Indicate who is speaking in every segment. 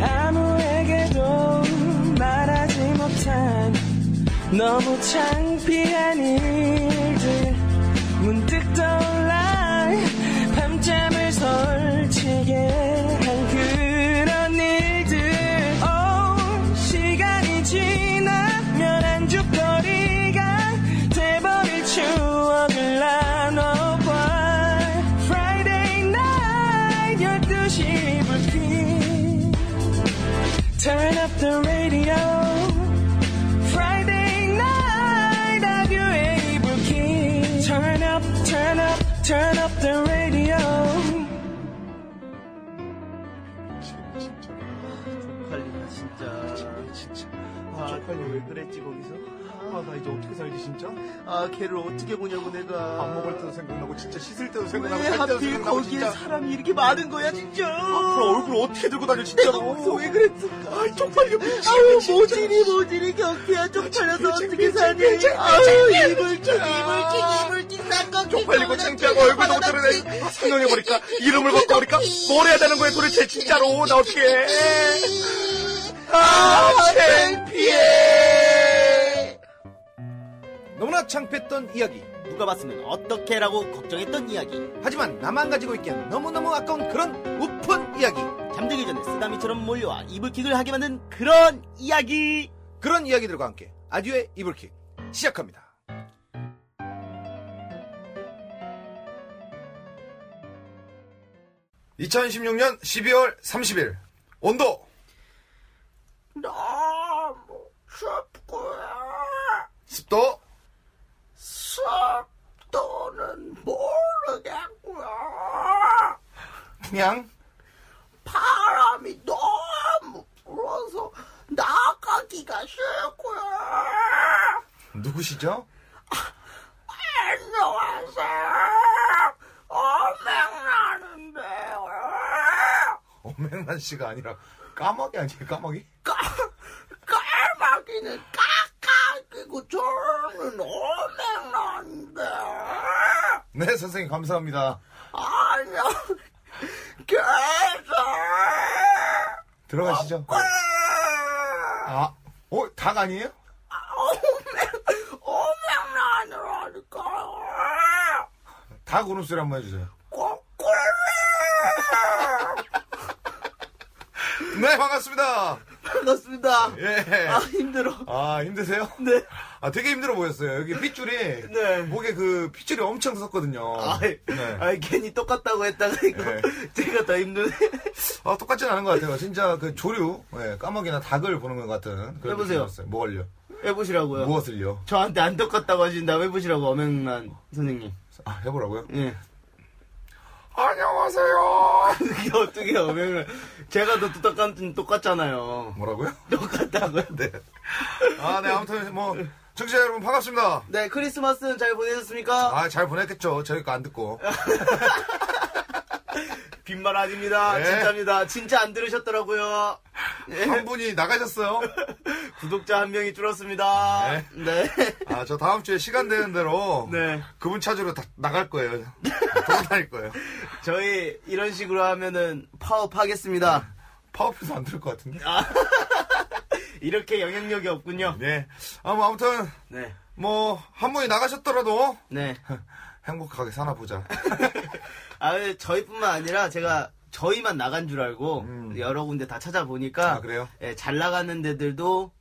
Speaker 1: 아무에게도 말하지 못한 너무 창피한 일들 문득 떠올라 밤잠을 설치게 한 그런 일들 oh, 시간이 지나면 안주거리가 돼버릴 추억을 나눠봐 Friday night 12시 불빛 Turn up the radio. Friday night at your able key. Turn up, turn up, turn up the radio.
Speaker 2: 쪽팔리다 진짜 진짜 아 쪽팔리 왜 그랬지 거기서
Speaker 3: 아, 나 이제 어떻게 살지, 진짜? 안
Speaker 2: 아 걔를 어떻게 보냐고 내가
Speaker 3: 먹을 때도 생각나고, 진짜 씻을 때도 생각나고,
Speaker 2: 왜
Speaker 3: 살 때도
Speaker 2: 하필
Speaker 3: 생각나고,
Speaker 2: 거기에
Speaker 3: 진짜.
Speaker 2: 사람이 이렇게 많은 거야 진짜
Speaker 3: 앞으로 얼굴 어떻게 들고 다녀,
Speaker 2: 내가
Speaker 3: 진짜로.
Speaker 2: 거기서 왜 그랬을까
Speaker 3: 아이, 쪽팔려, 미치겠네,
Speaker 2: 아우
Speaker 3: 진짜.
Speaker 2: 모질이 모질이 경태야 쪽팔려서
Speaker 3: 미친,
Speaker 2: 어떻게
Speaker 3: 미친,
Speaker 2: 사니
Speaker 3: 미친, 미친,
Speaker 2: 아우
Speaker 3: 미친,
Speaker 2: 이불킥
Speaker 3: 아.
Speaker 2: 이불킥 이불킥 쌍꺼풀
Speaker 3: 쪽팔리고 창피하고 얼굴도 못 드러내. 아, 상영해버릴까? 이름을 벗겨버릴까? 뭘 해야 되는 거야, 도대체, 진짜로. 나 어떻게 해. 아, 창피해.
Speaker 4: 너무나 창피했던 이야기.
Speaker 2: 누가 봤으면 어떻게라고 걱정했던 이야기
Speaker 4: 하지만 나만 가지고 있기엔 너무너무 아까운 그런 우픈 이야기.
Speaker 2: 잠들기 전에 쓰다미처럼 몰려와 이불킥을 하게 만든 그런 이야기
Speaker 4: 그런 이야기들과 함께 아듀의 이불킥 시작합니다. (2016년 12월 30일) 온도
Speaker 2: 너무 춥고요
Speaker 4: 습도
Speaker 2: 습도는 모르겠고요
Speaker 4: 풍향
Speaker 2: 바람이 너무 불어서 나가기가 싫고요
Speaker 4: 누구시죠
Speaker 2: 안녕하세요 엄맹나는데요
Speaker 4: 엄맹란 씨가 아니라 까마귀 아니에요 까마귀
Speaker 2: 까마귀는 까까끼고 저는 엄맹나는데요
Speaker 4: 네 선생님 감사합니다
Speaker 2: 아니요. 계속.
Speaker 4: 들어가시죠 아어닭 아니에요
Speaker 2: 오명란이라니까요.
Speaker 4: 닭 울음소리 한번 해주세요
Speaker 2: 꼬꾸리.
Speaker 4: 네 반갑습니다
Speaker 2: 반갑습니다.
Speaker 4: 예.
Speaker 2: 아, 힘들어.
Speaker 4: 아 힘드세요?
Speaker 2: 네.
Speaker 4: 아 되게 힘들어 보였어요. 여기 핏줄이
Speaker 2: 네.
Speaker 4: 목에 그 핏줄이 엄청 섰거든요.
Speaker 2: 아이, 예.
Speaker 4: 네.
Speaker 2: 아이, 괜히 똑같다고 했다가 이거
Speaker 4: 네.
Speaker 2: 제가 더 힘드네.
Speaker 4: 아 똑같진 않은 것 같아요. 진짜 그 조류, 예, 까마귀나 닭을 보는 것 같은. 그런
Speaker 2: 해보세요.
Speaker 4: 느낌이었어요. 뭐걸요?
Speaker 2: 해보시라고요.
Speaker 4: 무엇을요?
Speaker 2: 저한테 안 똑같다고 하신다고 해보시라고, 어명란 선생님.
Speaker 4: 아 해보라고요?
Speaker 2: 예.
Speaker 4: 안녕하세요.
Speaker 2: 그게 어떻게 어명란. 제가 더 똑같, 똑같잖아요.
Speaker 4: 뭐라고요?
Speaker 2: 똑같다고요?
Speaker 4: 네. 아 네 아무튼 뭐 청취자 여러분 반갑습니다.
Speaker 2: 네, 크리스마스는 잘 보내셨습니까?
Speaker 4: 아 잘 보냈겠죠. 저희 거 안 듣고.
Speaker 2: 빈말 아닙니다.
Speaker 4: 네.
Speaker 2: 진짜입니다. 진짜 안 들으셨더라고요. 예.
Speaker 4: 한 분이 나가셨어요.
Speaker 2: 구독자 한 명이 줄었습니다.
Speaker 4: 네.
Speaker 2: 네.
Speaker 4: 아 저 다음 주에 시간 되는 대로
Speaker 2: 네.
Speaker 4: 그분 찾으러 다, 나갈 거예요. 돌아다닐 거예요.
Speaker 2: 저희 이런 식으로 하면은 파업하겠습니다.
Speaker 4: 파워풀도 안 들을 것 같은데.
Speaker 2: 아. 이렇게 영향력이 없군요.
Speaker 4: 네. 아, 뭐, 아무튼,
Speaker 2: 네.
Speaker 4: 뭐, 한 분이 나가셨더라도
Speaker 2: 네.
Speaker 4: 행복하게 사나 보자.
Speaker 2: 아, 근데 저희뿐만 아니라 제가 저희만 나간 줄 알고 여러 군데 다 찾아보니까
Speaker 4: 음. 아, 그래요?
Speaker 2: 예, 잘 나가는 데들도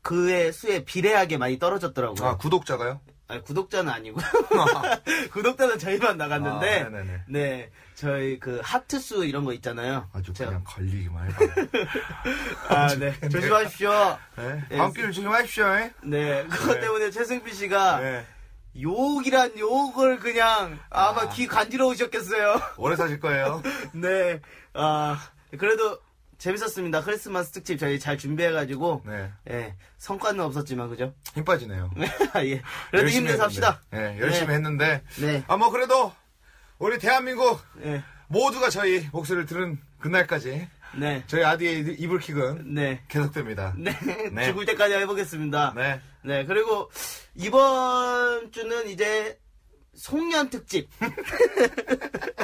Speaker 2: 그의 수에 비례하게 많이 떨어졌더라고요.
Speaker 4: 아, 구독자가요?
Speaker 2: 아니, 구독자는 아니고요.
Speaker 4: 아.
Speaker 2: 구독자는 저희만 나갔는데,
Speaker 4: 아, 네네네.
Speaker 2: 네, 저희 그 하트수 이런 거 있잖아요.
Speaker 4: 아주
Speaker 2: 제가-
Speaker 4: 그냥 걸리기만 해봐.
Speaker 2: 아, 네. 조심하십시오.
Speaker 4: 네.
Speaker 2: 네.
Speaker 4: 다음 기를 조심하십시오. 예?
Speaker 2: 네, 그것
Speaker 4: 네.
Speaker 2: 때문에 최승필 씨가
Speaker 4: 네.
Speaker 2: 욕이란 욕을 그냥 아마 귀 간지러우셨겠어요.
Speaker 4: 오래 사실 거예요.
Speaker 2: 네, 아, 그래도 재밌었습니다. 크리스마스 특집 저희 잘 준비해가지고,
Speaker 4: 네.
Speaker 2: 예, 성과는 없었지만, 그죠?
Speaker 4: 힘 빠지네요.
Speaker 2: 예. 그래도 힘내 삽시다.
Speaker 4: 했는데. 네, 열심히 했는데.
Speaker 2: 네.
Speaker 4: 아, 뭐, 그래도, 우리 대한민국
Speaker 2: 네.
Speaker 4: 모두가 저희 목소리를 들은 그날까지
Speaker 2: 네.
Speaker 4: 저희 아디의 이불킥은
Speaker 2: 네.
Speaker 4: 계속됩니다.
Speaker 2: 네.
Speaker 4: 네.
Speaker 2: 죽을 때까지 해보겠습니다.
Speaker 4: 네.
Speaker 2: 네, 그리고 이번 주는 이제 송년 특집.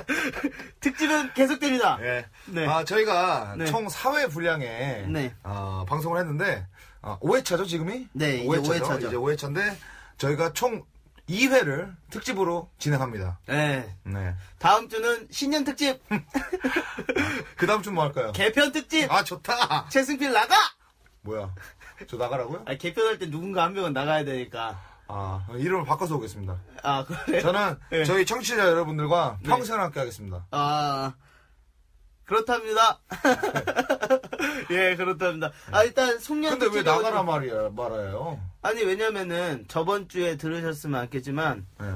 Speaker 2: 특집은 계속됩니다.
Speaker 4: 예.
Speaker 2: 네.
Speaker 4: 아, 저희가
Speaker 2: 네.
Speaker 4: 총 4회 분량의
Speaker 2: 네.
Speaker 4: 어, 방송을 했는데 아, 5회차죠, 지금이?
Speaker 2: 네, 이제
Speaker 4: 5회차죠.
Speaker 2: 5회차죠.
Speaker 4: 이제 5회차인데 저희가 총 2회를 특집으로 진행합니다.
Speaker 2: 네.
Speaker 4: 네.
Speaker 2: 다음 주는 신년 특집,
Speaker 4: 그 다음 주뭐 할까요?
Speaker 2: 개편 특집,
Speaker 4: 아, 좋다.
Speaker 2: 최승필 나가!
Speaker 4: 뭐야? 저 나가라고요?
Speaker 2: 아, 개편할 때 누군가 한 명은 나가야 되니까.
Speaker 4: 아, 이름을 바꿔서 오겠습니다.
Speaker 2: 아, 그래요?
Speaker 4: 저는
Speaker 2: 네.
Speaker 4: 저희 청취자 여러분들과 평생 함께 하겠습니다.
Speaker 2: 아, 그렇답니다. 예, 그렇답니다. 아, 일단 송년
Speaker 4: 근데 왜
Speaker 2: 특집이어가지고-
Speaker 4: 나가라 말이야, 말아요?
Speaker 2: 아니, 왜냐면은 저번 주에 들으셨으면 알겠지만
Speaker 4: 예.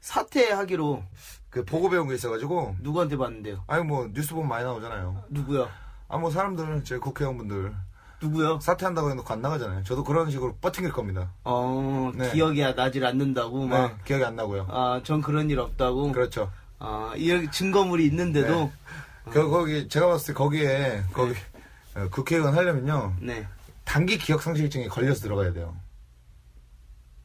Speaker 2: 사퇴하기로
Speaker 4: 그 보고 배운 게 있어가지고
Speaker 2: 누구한테 봤는데요?
Speaker 4: 아니 뭐 뉴스 보면 많이 나오잖아요.
Speaker 2: 누구야?
Speaker 4: 아 뭐 사람들은 제 국회의원분들
Speaker 2: 누구야?
Speaker 4: 사퇴한다고 해놓고 안 나가잖아요. 저도 그런 식으로 버팅길 겁니다.
Speaker 2: 어,
Speaker 4: 네.
Speaker 2: 기억이 나질 않는다고 막.
Speaker 4: 네, 기억이 안 나고요.
Speaker 2: 아, 전 그런 일 없다고.
Speaker 4: 그렇죠.
Speaker 2: 아, 이렇게 증거물이 있는데도. 아.
Speaker 4: 그 거기 제가 봤을 때 거기에 거기 어, 국회의원 하려면요
Speaker 2: 네. 네.
Speaker 4: 단기 기억 상실증에 걸려서 들어가야 돼요.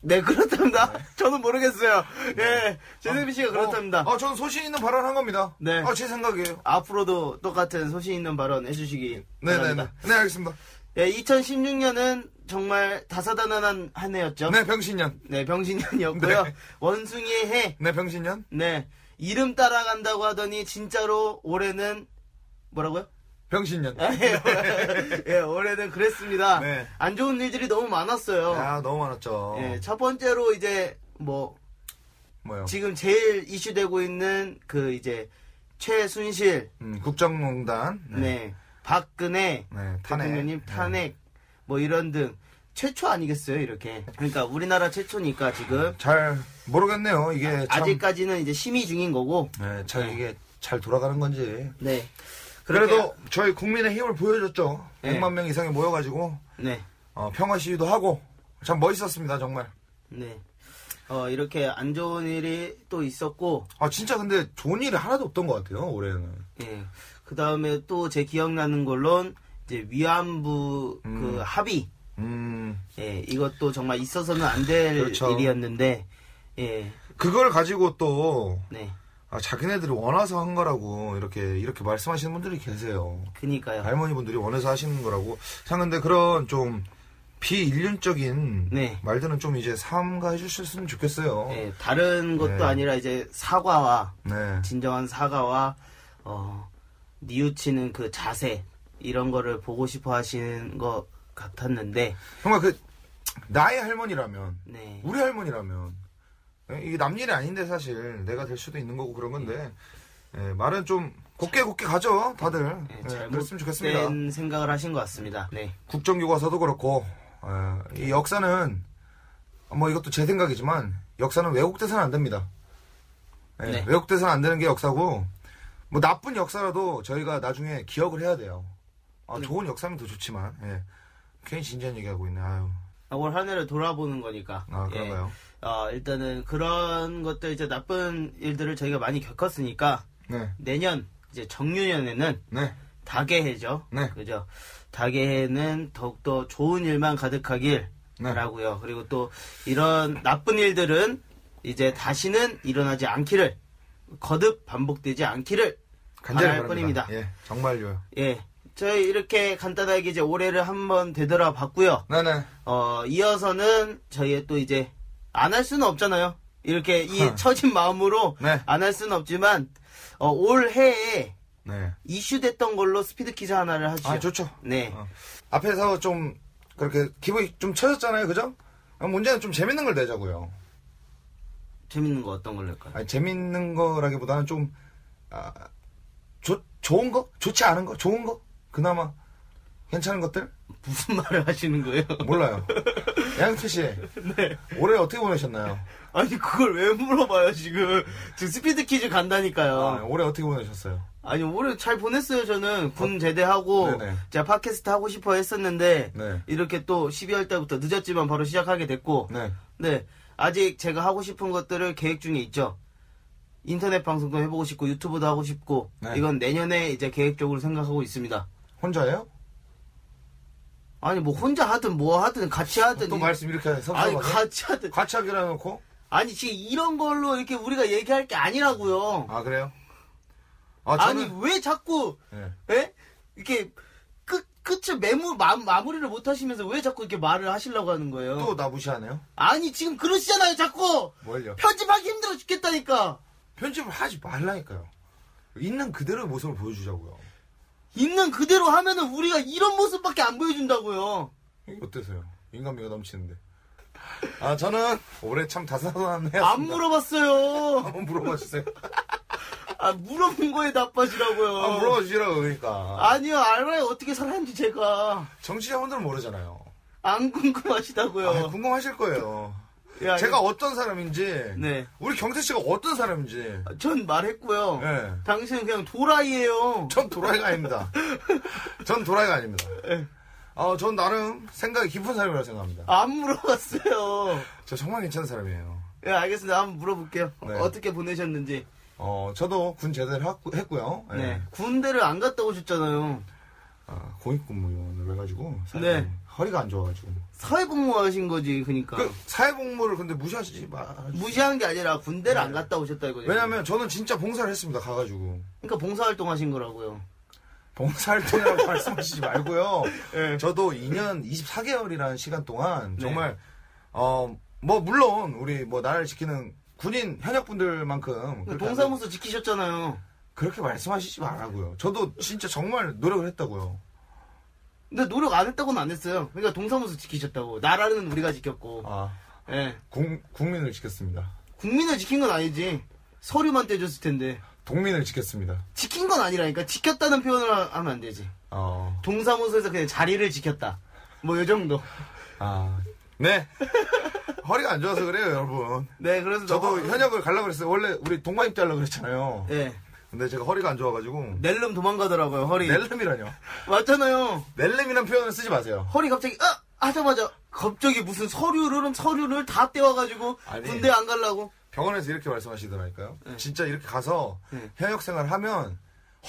Speaker 2: 네, 그렇답니다. 저는 모르겠어요. 예. 제세비 씨가 그렇답니다.
Speaker 4: 네. 어, 어, 저는 소신 있는 발언 한 겁니다.
Speaker 2: 네.
Speaker 4: 아, 제 생각이에요.
Speaker 2: 앞으로도 똑같은 소신 있는 발언 해주시기
Speaker 4: 네네네.
Speaker 2: 바랍니다.
Speaker 4: 네, 알겠습니다.
Speaker 2: 예, 2016년은 정말 다사다난한 한 해였죠.
Speaker 4: 네, 병신년.
Speaker 2: 네, 병신년이었고요.
Speaker 4: 네.
Speaker 2: 원숭이의 해.
Speaker 4: 네, 병신년.
Speaker 2: 네. 이름 따라간다고 하더니 진짜로 올해는 뭐라고요?
Speaker 4: 병신년.
Speaker 2: 아, 예, 올해는 그랬습니다.
Speaker 4: 네.
Speaker 2: 안 좋은 일들이 너무 많았어요.
Speaker 4: 아, 너무 많았죠.
Speaker 2: 예, 첫 번째로 이제 뭐
Speaker 4: 뭐요?
Speaker 2: 지금 제일 이슈되고 있는 그 이제 최순실,
Speaker 4: 음, 국정농단.
Speaker 2: 네, 박근혜
Speaker 4: 네, 탄핵.
Speaker 2: 대통령님 탄핵 뭐 이런 등 최초 아니겠어요 이렇게. 그러니까 우리나라 최초니까 지금
Speaker 4: 잘 음. 모르겠네요. 이게 참.
Speaker 2: 아직까지는 이제 심의 중인 거고.
Speaker 4: 네, 잘 이게 잘 돌아가는 건지.
Speaker 2: 네. 그렇게-
Speaker 4: 그래도 저희 국민의 힘을 보여줬죠.
Speaker 2: 네.
Speaker 4: 100만 명 이상이 모여가지고
Speaker 2: 네,
Speaker 4: 어, 평화 시위도 하고 참 멋있었습니다 정말.
Speaker 2: 네. 어 이렇게 안 좋은 일이 또 있었고
Speaker 4: 아 진짜 근데 좋은 일이 하나도 없던 것 같아요 올해는.
Speaker 2: 예. 그 다음에 또 제 기억나는 걸론 이제 위안부 그 합의.
Speaker 4: 음
Speaker 2: 예. 이것도 정말 있어서는 안 될
Speaker 4: 그렇죠.
Speaker 2: 일이었는데. 예.
Speaker 4: 그걸 가지고 또
Speaker 2: 네.
Speaker 4: 아, 자기네들이 원해서 한 거라고 이렇게 이렇게 말씀하시는 분들이 계세요.
Speaker 2: 그니까요.
Speaker 4: 할머니분들이 원해서 하시는 거라고 생각하는데 그런 좀 비인륜적인
Speaker 2: 네.
Speaker 4: 말들은 좀 이제 삼가해 주셨으면 좋겠어요.
Speaker 2: 예. 다른 것도
Speaker 4: 네.
Speaker 2: 아니라 이제 사과와
Speaker 4: 네.
Speaker 2: 진정한 사과와 어 뉘우치는 그 자세 이런 거를 보고 싶어 하시는 것 같았는데.
Speaker 4: 정말 그 나의 할머니라면
Speaker 2: 네.
Speaker 4: 우리 할머니라면 예, 이게 남 일이 아닌데 사실 내가 될 수도 있는 거고 그런 건데 예, 말은 좀 곱게 곱게 가죠 다들
Speaker 2: 예,
Speaker 4: 예, 그랬으면 좋겠습니다
Speaker 2: 잘못된 생각을 하신 것 같습니다. 네.
Speaker 4: 국정교과서도 그렇고 예, 이 역사는 뭐 이것도 제 생각이지만 역사는 왜곡돼서는 안 됩니다 예,
Speaker 2: 네.
Speaker 4: 왜곡돼서는 안 되는 게 역사고 뭐 나쁜 역사라도 저희가 나중에 기억을 해야 돼요 아,
Speaker 2: 음.
Speaker 4: 좋은 역사면 더 좋지만 예. 괜히 진지한 얘기하고 있네 아유
Speaker 2: 아, 올 한해를 돌아보는 거니까.
Speaker 4: 아, 그런가요?
Speaker 2: 예. 어, 일단은 그런 것들 이제 나쁜 일들을 저희가 많이 겪었으니까
Speaker 4: 네
Speaker 2: 내년 이제 정유년에는
Speaker 4: 네.
Speaker 2: 다개해죠.
Speaker 4: 네.
Speaker 2: 그죠? 다개해는 더욱더 좋은 일만 가득하길
Speaker 4: 네.
Speaker 2: 바라고요. 그리고 또 이런 나쁜 일들은 이제 다시는 일어나지 않기를 거듭 반복되지 않기를
Speaker 4: 간절히
Speaker 2: 바랄
Speaker 4: 바랍니다.
Speaker 2: 뿐입니다.
Speaker 4: 예, 정말요.
Speaker 2: 예. 저희 이렇게 간단하게 이제 올해를 한번 되돌아봤고요.
Speaker 4: 네네.
Speaker 2: 어, 이어서는 저희의 또 이제 안 할 수는 없잖아요. 이렇게 이 처진 마음으로
Speaker 4: 네.
Speaker 2: 안 할 수는 없지만 어, 올해에
Speaker 4: 네.
Speaker 2: 이슈됐던 걸로 스피드 퀴즈 하나를 하죠.
Speaker 4: 아, 좋죠.
Speaker 2: 네.
Speaker 4: 어. 앞에서 좀 그렇게 기분이 좀 처졌잖아요, 그죠? 아, 문제는 좀 재밌는 걸 내자고요.
Speaker 2: 재밌는 거 어떤 걸로 할까요?
Speaker 4: 아니, 재밌는 거라기보다는 좀 아, 좋 좋은 거, 좋지 않은 거, 좋은 거, 그나마 괜찮은 것들
Speaker 2: 무슨 말을 하시는 거예요?
Speaker 4: 몰라요. 양태 씨, 올해 어떻게 보내셨나요?
Speaker 2: 아니 그걸 왜 물어봐요 지금 지금 스피드 퀴즈
Speaker 4: 아,
Speaker 2: 간다니까요.
Speaker 4: 올해 어떻게 보내셨어요?
Speaker 2: 아니 올해 잘 보냈어요 저는 군 제대하고
Speaker 4: 네네.
Speaker 2: 제가 팟캐스트 하고 싶어 했었는데
Speaker 4: 네.
Speaker 2: 이렇게 또 12월 달부터 늦었지만 바로 시작하게 됐고
Speaker 4: 네.
Speaker 2: 네. 아직 제가 하고 싶은 것들을 계획 중에 있죠. 인터넷 방송도 해보고 싶고 유튜브도 하고 싶고
Speaker 4: 네.
Speaker 2: 이건 내년에 이제 계획적으로 생각하고 있습니다.
Speaker 4: 혼자예요?
Speaker 2: 아니 뭐 혼자 하든 뭐 하든 같이 하든
Speaker 4: 또
Speaker 2: 이-
Speaker 4: 말씀 이렇게 섭섭하게?
Speaker 2: 아니 같이 하든
Speaker 4: 같이 하기로 해놓고
Speaker 2: 아니 지금 이런 걸로 이렇게 우리가 얘기할 게 아니라고요.
Speaker 4: 아 그래요? 아
Speaker 2: 아, 니
Speaker 4: 저는
Speaker 2: 왜 자꾸
Speaker 4: 예.
Speaker 2: 에? 이렇게 끝 끝을 매무 마, 마무리를 못 하시면서 왜 자꾸 이렇게 말을 하시려고 하는 거예요?
Speaker 4: 또 나 무시하네요.
Speaker 2: 아니 지금 그러시잖아요 자꾸
Speaker 4: 뭘요?
Speaker 2: 편집하기 힘들어 죽겠다니까
Speaker 4: 편집을 하지 말라니까요. 있는 그대로의 모습을 보여주자고요.
Speaker 2: 있는 그대로 하면은 우리가 이런 모습밖에 안 보여준다고요
Speaker 4: 어때서요? 인간미가 넘치는데. 아 저는 올해 참 다사다난해요.
Speaker 2: 안 물어봤어요
Speaker 4: 한번 물어봐 주세요.
Speaker 2: 아 물어본 거에 나빠지라고요
Speaker 4: 아 물어봐 주시라고 그러니까.
Speaker 2: 니요 알아요 어떻게 살았는지 제가
Speaker 4: 정치자분들은 모르잖아요.
Speaker 2: 안
Speaker 4: 아,
Speaker 2: 궁금하시다고요
Speaker 4: 궁금하실 거예요.
Speaker 2: 어. 야,
Speaker 4: 제가 어떤 사람인지,
Speaker 2: 네.
Speaker 4: 우리 경태 씨가 어떤 사람인지,
Speaker 2: 전 말했고요
Speaker 4: 예.
Speaker 2: 당신은 그냥 도라이예요
Speaker 4: 전 도라이가 아닙니다. 전 도라이가 아닙니다.
Speaker 2: 예.
Speaker 4: 어, 전 나름 생각이 깊은 사람이라고 생각합니다.
Speaker 2: 안 물어봤어요
Speaker 4: 저 정말 괜찮은 사람이에요.
Speaker 2: 예 알겠습니다 한번 물어볼게요
Speaker 4: 네.
Speaker 2: 어떻게 보내셨는지
Speaker 4: 어, 저도 군 제대를 했고, 했고요. 예.
Speaker 2: 네. 군대를 안 갔다 오셨잖아요
Speaker 4: 아, 공익근무원을 해가지고, 사회-
Speaker 2: 네.
Speaker 4: 허리가 안 좋아가지고.
Speaker 2: 사회복무하신 거지 그러니까
Speaker 4: 그, 사회복무를 근데 무시하시지 마.
Speaker 2: 무시한 게 아니라 군대를 안 갔다 오셨다 이거죠.
Speaker 4: 네. 왜냐면 저는 진짜 봉사를 했습니다, 가가지고.
Speaker 2: 그러니까 봉사활동 하신 거라고요.
Speaker 4: 봉사활동이라고 말씀하시지 말고요.
Speaker 2: 예.
Speaker 4: 저도 2년 24개월이라는 시간 동안
Speaker 2: 네.
Speaker 4: 정말 어 뭐 물론 우리 뭐 나라를 지키는 군인
Speaker 2: 네.
Speaker 4: 현역분들만큼 그렇게 안-
Speaker 2: 동사무소 지키셨잖아요.
Speaker 4: 그렇게 말씀하시지 말라고요. 저도 진짜 정말 노력을 했다고요.
Speaker 2: 근데 노력 안 했다고는 안 했어요. 그러니까 동사무소 지키셨다고. 나라는 우리가 지켰고.
Speaker 4: 아
Speaker 2: 예.
Speaker 4: 국, 국민을 지켰습니다.
Speaker 2: 국민을 지킨 건 아니지. 서류만 떼줬을 텐데.
Speaker 4: 동민을 지켰습니다.
Speaker 2: 지킨 건 아니라니까. 지켰다는 표현을 하- 하면 안 되지.
Speaker 4: 어,
Speaker 2: 동사무소에서 그냥 자리를 지켰다. 뭐, 요 정도.
Speaker 4: 아, 네. 허리가 안 좋아서 그래요, 여러분.
Speaker 2: 네, 그래서.
Speaker 4: 저도
Speaker 2: 너-
Speaker 4: 현역을 가려고 그랬어요. 원래 우리 동반입 도 하려고 그랬잖아요.
Speaker 2: 예.
Speaker 4: 근데 제가 허리가 안 좋아가지고.
Speaker 2: 낼름 도망가더라고요, 허리.
Speaker 4: 낼름이라뇨.
Speaker 2: 맞잖아요.
Speaker 4: 낼름이란 표현을 쓰지 마세요.
Speaker 2: 허리 갑자기 어 하자마자 갑자기 무슨 서류를 서류를 다 떼와가지고
Speaker 4: 아니.
Speaker 2: 군대 안 갈라고
Speaker 4: 병원에서 이렇게 말씀하시더라니까요.
Speaker 2: 네.
Speaker 4: 진짜 이렇게 가서 현역 생활 하면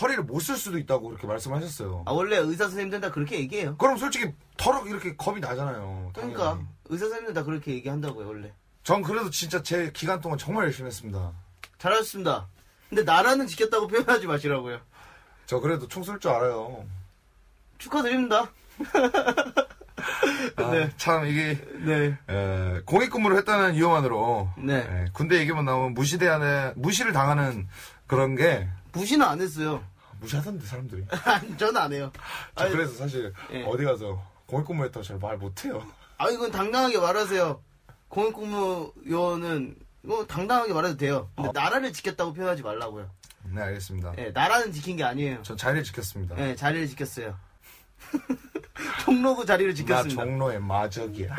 Speaker 4: 허리를 못 쓸 수도 있다고 그렇게 말씀하셨어요.
Speaker 2: 아 원래 의사 선생님들 다 그렇게 얘기해요.
Speaker 4: 그럼 솔직히 더럭 이렇게 겁이 나잖아요. 당연히.
Speaker 2: 그러니까 의사 선생님들 다 그렇게 얘기한다고요 원래.
Speaker 4: 전 그래도 진짜 제 기간 동안 정말 열심히 했습니다.
Speaker 2: 잘하셨습니다. 근데 나라는 지켰다고 표현하지 마시라고요.
Speaker 4: 저 그래도 총 쏠 줄 알아요.
Speaker 2: 축하드립니다.
Speaker 4: 아,
Speaker 2: 네.
Speaker 4: 참 이게
Speaker 2: 네.
Speaker 4: 에, 공익근무를 했다는 이유만으로
Speaker 2: 네.
Speaker 4: 에, 군대 얘기만 나오면 무시대하는 무시를 당하는 그런 게
Speaker 2: 무시는 안 했어요.
Speaker 4: 무시하던데 사람들이.
Speaker 2: 아니, 저는 안 해요.
Speaker 4: 저
Speaker 2: 아니,
Speaker 4: 그래서 사실
Speaker 2: 예.
Speaker 4: 어디 가서 공익근무했다고 잘 말 못해요.
Speaker 2: 아 이건 당당하게 말하세요. 공익근무요원은 뭐 당당하게 말해도 돼요. 근데
Speaker 4: 아.
Speaker 2: 나라를 지켰다고 표현하지 말라고요.
Speaker 4: 네 알겠습니다.
Speaker 2: 예, 나라는 지킨 게 아니에요.
Speaker 4: 전 자리를 지켰습니다.
Speaker 2: 네, 자리를 지켰어요. 종로구 자리를
Speaker 4: 나
Speaker 2: 지켰습니다.
Speaker 4: 종로의 마적이야.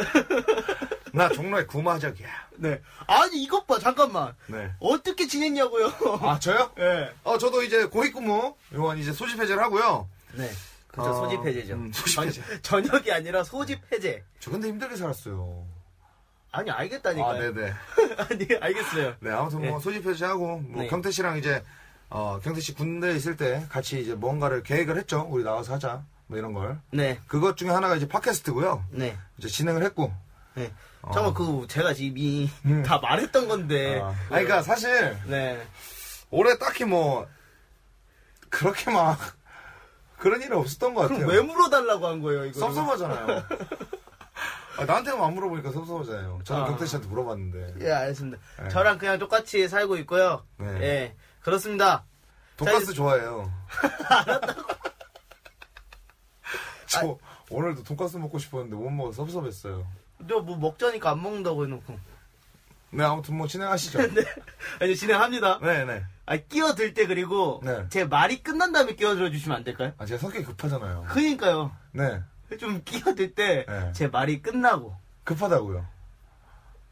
Speaker 4: 나 종로의 구마적이야.
Speaker 2: 네. 아니, 이것 봐, 잠깐만.
Speaker 4: 네.
Speaker 2: 어떻게 지냈냐고요.
Speaker 4: 아 저요?
Speaker 2: 네.
Speaker 4: 어 저도 이제 고위근무 요원 이제 소집 해제를 하고요.
Speaker 2: 네. 그쵸,
Speaker 4: 어,
Speaker 2: 소집 해제죠.
Speaker 4: 음, 소집 해제.
Speaker 2: 전- 저녁이 아니라 소집 해제.
Speaker 4: 저 근데 힘들게 살았어요.
Speaker 2: 아니,
Speaker 4: 아
Speaker 2: 알겠다니까요.
Speaker 4: 네네.
Speaker 2: 아니, 알겠어요.
Speaker 4: 네 아무튼 뭐 소집 해제하고 뭐
Speaker 2: 예. 네.
Speaker 4: 경태 씨랑 이제 어 경태 씨 군대 있을 때 같이 이제 뭔가를 계획을 했죠. 우리 나와서 하자 뭐 이런 걸.
Speaker 2: 네.
Speaker 4: 그것 중에 하나가 이제 팟캐스트고요.
Speaker 2: 네.
Speaker 4: 이제 진행을 했고.
Speaker 2: 네. 잠깐만, 그, 제가 지금 이미 다 말했던 건데.
Speaker 4: 네. 아, 아니, 그러니까 사실
Speaker 2: 네.
Speaker 4: 올해 딱히 뭐 그렇게 막 그런 일은 없었던 것 같아요.
Speaker 2: 그럼 왜 물어달라고 한 거예요, 이거?
Speaker 4: 네. 섭섭하잖아요. 아, 나한테만 안 물어보니까 섭섭하잖아요. 저는
Speaker 2: 아.
Speaker 4: 경태 씨한테 물어봤는데.
Speaker 2: 예, 알겠습니다.
Speaker 4: 네.
Speaker 2: 저랑 그냥 똑같이 살고 있고요.
Speaker 4: 네.
Speaker 2: 예. 그렇습니다.
Speaker 4: 돈가스
Speaker 2: 자, 이제-
Speaker 4: 좋아해요. 저 오늘도 돈가스 먹고 싶었는데 못 먹어 서 섭섭했어요.
Speaker 2: 너 뭐 먹자니까 안 먹는다고 해놓고.
Speaker 4: 네, 아무튼 뭐 진행하시죠.
Speaker 2: 네. 이제 진행합니다.
Speaker 4: 네, 네.
Speaker 2: 아, 끼어들 때 그리고
Speaker 4: 네.
Speaker 2: 제 말이 끝난 다음에 끼어들어 주시면 안 될까요?
Speaker 4: 아, 제가 성격이 급하잖아요.
Speaker 2: 그러니까요.
Speaker 4: 네,
Speaker 2: 좀 끼어들 때 제
Speaker 4: 네.
Speaker 2: 말이 끝나고
Speaker 4: 급하다고요.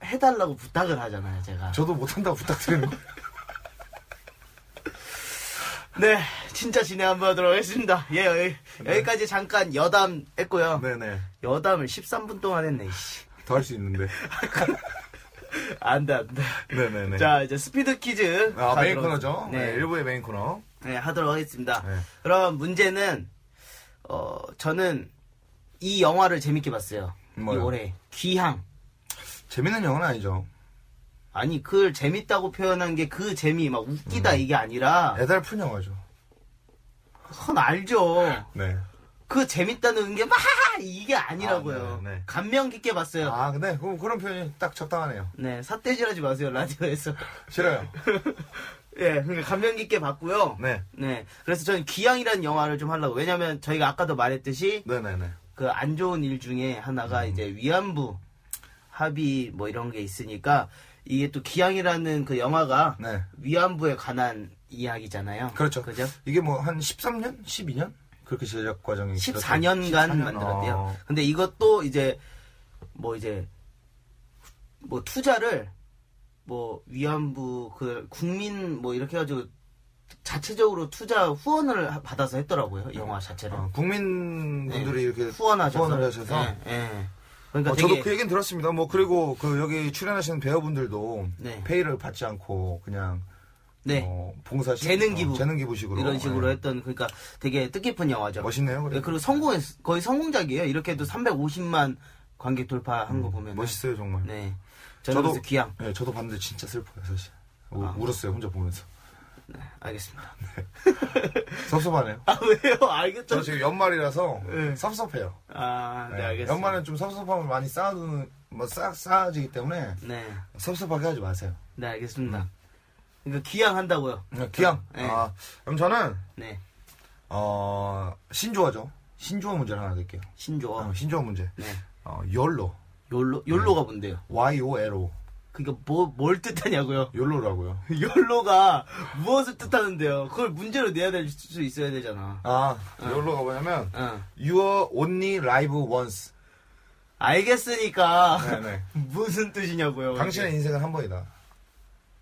Speaker 2: 해달라고 부탁을 하잖아요, 제가.
Speaker 4: 저도 못한다고 부탁드리는 거예요.
Speaker 2: 네, 진짜 진행 한번 하도록 하겠습니다. 예, 여기, 여기까지 잠깐 여담 했고요.
Speaker 4: 네, 네.
Speaker 2: 여담을 13분 동안 했네, 씨.
Speaker 4: 더 할 수 있는데.
Speaker 2: 안 돼, 안 돼.
Speaker 4: 네, 네, 네.
Speaker 2: 자, 이제 스피드 퀴즈.
Speaker 4: 아, 메인
Speaker 2: 가도록-
Speaker 4: 코너죠. 네,
Speaker 2: 네.
Speaker 4: 일부의 메인 코너.
Speaker 2: 네, 하도록 하겠습니다.
Speaker 4: 네.
Speaker 2: 그럼 문제는 어 저는 이 영화를 재밌게 봤어요.
Speaker 4: 뭐요?
Speaker 2: 이 올해 귀향.
Speaker 4: 재밌는 영화는 아니죠.
Speaker 2: 아니 그걸 재밌다고 표현한 게 그 재미 막
Speaker 4: 음.
Speaker 2: 웃기다 이게 아니라
Speaker 4: 애달픈 영화죠.
Speaker 2: 헌 알죠.
Speaker 4: 네.
Speaker 2: 그 재밌다는 게 막 이게 아니라고요.
Speaker 4: 아, 네, 네.
Speaker 2: 감명 깊게 봤어요.
Speaker 4: 아, 근데 그- 그런 표현이 딱 적당하네요.
Speaker 2: 네, 삿대질하지 마세요 라디오에서.
Speaker 4: 싫어요.
Speaker 2: 예, 그러니까 감명 깊게 봤고요.
Speaker 4: 네.
Speaker 2: 네, 그래서 저는 기왕이라는 영화를 좀 하려고. 왜냐면 저희가 아까도 말했듯이
Speaker 4: 네네네.
Speaker 2: 그 안 좋은 일 중에
Speaker 4: 음.
Speaker 2: 하나가 이제 위안부 합의 뭐 이런 게 있으니까 이게 또 기왕이라는 그 영화가
Speaker 4: 네.
Speaker 2: 위안부에 관한 이야기잖아요.
Speaker 4: 그렇죠.
Speaker 2: 그죠?
Speaker 4: 이게 뭐 한 13년? 12년? 그렇게 제작 과정이
Speaker 2: 14년간 만들었대요.
Speaker 4: 어.
Speaker 2: 근데 이것도 이제 뭐 이제 뭐 투자를 뭐 위안부 그 국민 뭐 이렇게 해가지고 자체적으로 투자 후원을 하- 받아서 했더라고요 영화 자체를
Speaker 4: 국민분들이
Speaker 2: 네.
Speaker 4: 이렇게
Speaker 2: 후원하셔서
Speaker 4: 네. 어. 후원을 하셔서
Speaker 2: 예, 예. 그러니까
Speaker 4: 어,
Speaker 2: 되게
Speaker 4: 저도 그 얘기는 들었습니다. 뭐 그리고 그 여기 출연하시는 배우분들도
Speaker 2: 네.
Speaker 4: 페이를 받지 않고 그냥
Speaker 2: 네
Speaker 4: 어, 봉사 시-
Speaker 2: 재능 기부
Speaker 4: 어, 재능 기부식으로
Speaker 2: 이런 식으로
Speaker 4: 예.
Speaker 2: 했던 그러니까 되게 뜻깊은 영화죠.
Speaker 4: 멋있네요.
Speaker 2: 네,
Speaker 4: 그래도.
Speaker 2: 그리고 성공 거의 성공작이에요. 이렇게도 350만 관객 돌파한 거 보면
Speaker 4: 멋있어요 정말.
Speaker 2: 네. 저는 그래서 귀향.
Speaker 4: 예, 저도 봤는데 진짜 슬퍼요 사실. 우-
Speaker 2: 아.
Speaker 4: 울었어요 혼자 보면서.
Speaker 2: 알겠습니다.
Speaker 4: 섭섭하네요.
Speaker 2: 아 왜요? 알겠죠.
Speaker 4: 저 지금 연말이라서
Speaker 2: 네.
Speaker 4: 섭섭해요.
Speaker 2: 아, 네,
Speaker 4: 예,
Speaker 2: 알겠습니다.
Speaker 4: 연말은 좀 섭섭함을 많이 쌓아두는 뭐싹 쌓아지기 때문에
Speaker 2: 네,
Speaker 4: 섭섭하게 하지 마세요.
Speaker 2: 네, 알겠습니다.
Speaker 4: 음.
Speaker 2: 그러니까 귀향한다고요.
Speaker 4: 예, 귀향.
Speaker 2: 네.
Speaker 4: 아, 그럼 저는
Speaker 2: 네,
Speaker 4: 어, 신조어죠. 신조어 문제를 하나 낼게요.
Speaker 2: 신조어.
Speaker 4: 어, 신조어 문제.
Speaker 2: 네,
Speaker 4: 어, 열로.
Speaker 2: 욜로,
Speaker 4: 네.
Speaker 2: 욜로가 뭔데요?
Speaker 4: YOLO.
Speaker 2: 그니까 뭐, 뭘 뜻하냐고요?
Speaker 4: 욜로라고요.
Speaker 2: 욜로가 무엇을 뜻하는데요? 그걸 문제로 내야 될 수 있어야 되잖아.
Speaker 4: 아,
Speaker 2: 네.
Speaker 4: 욜로가 뭐냐면
Speaker 2: 응.
Speaker 4: Your Only Live Once.
Speaker 2: 알겠으니까.
Speaker 4: 네네.
Speaker 2: 무슨 뜻이냐고요?
Speaker 4: 당신의 인생은 한 번이다.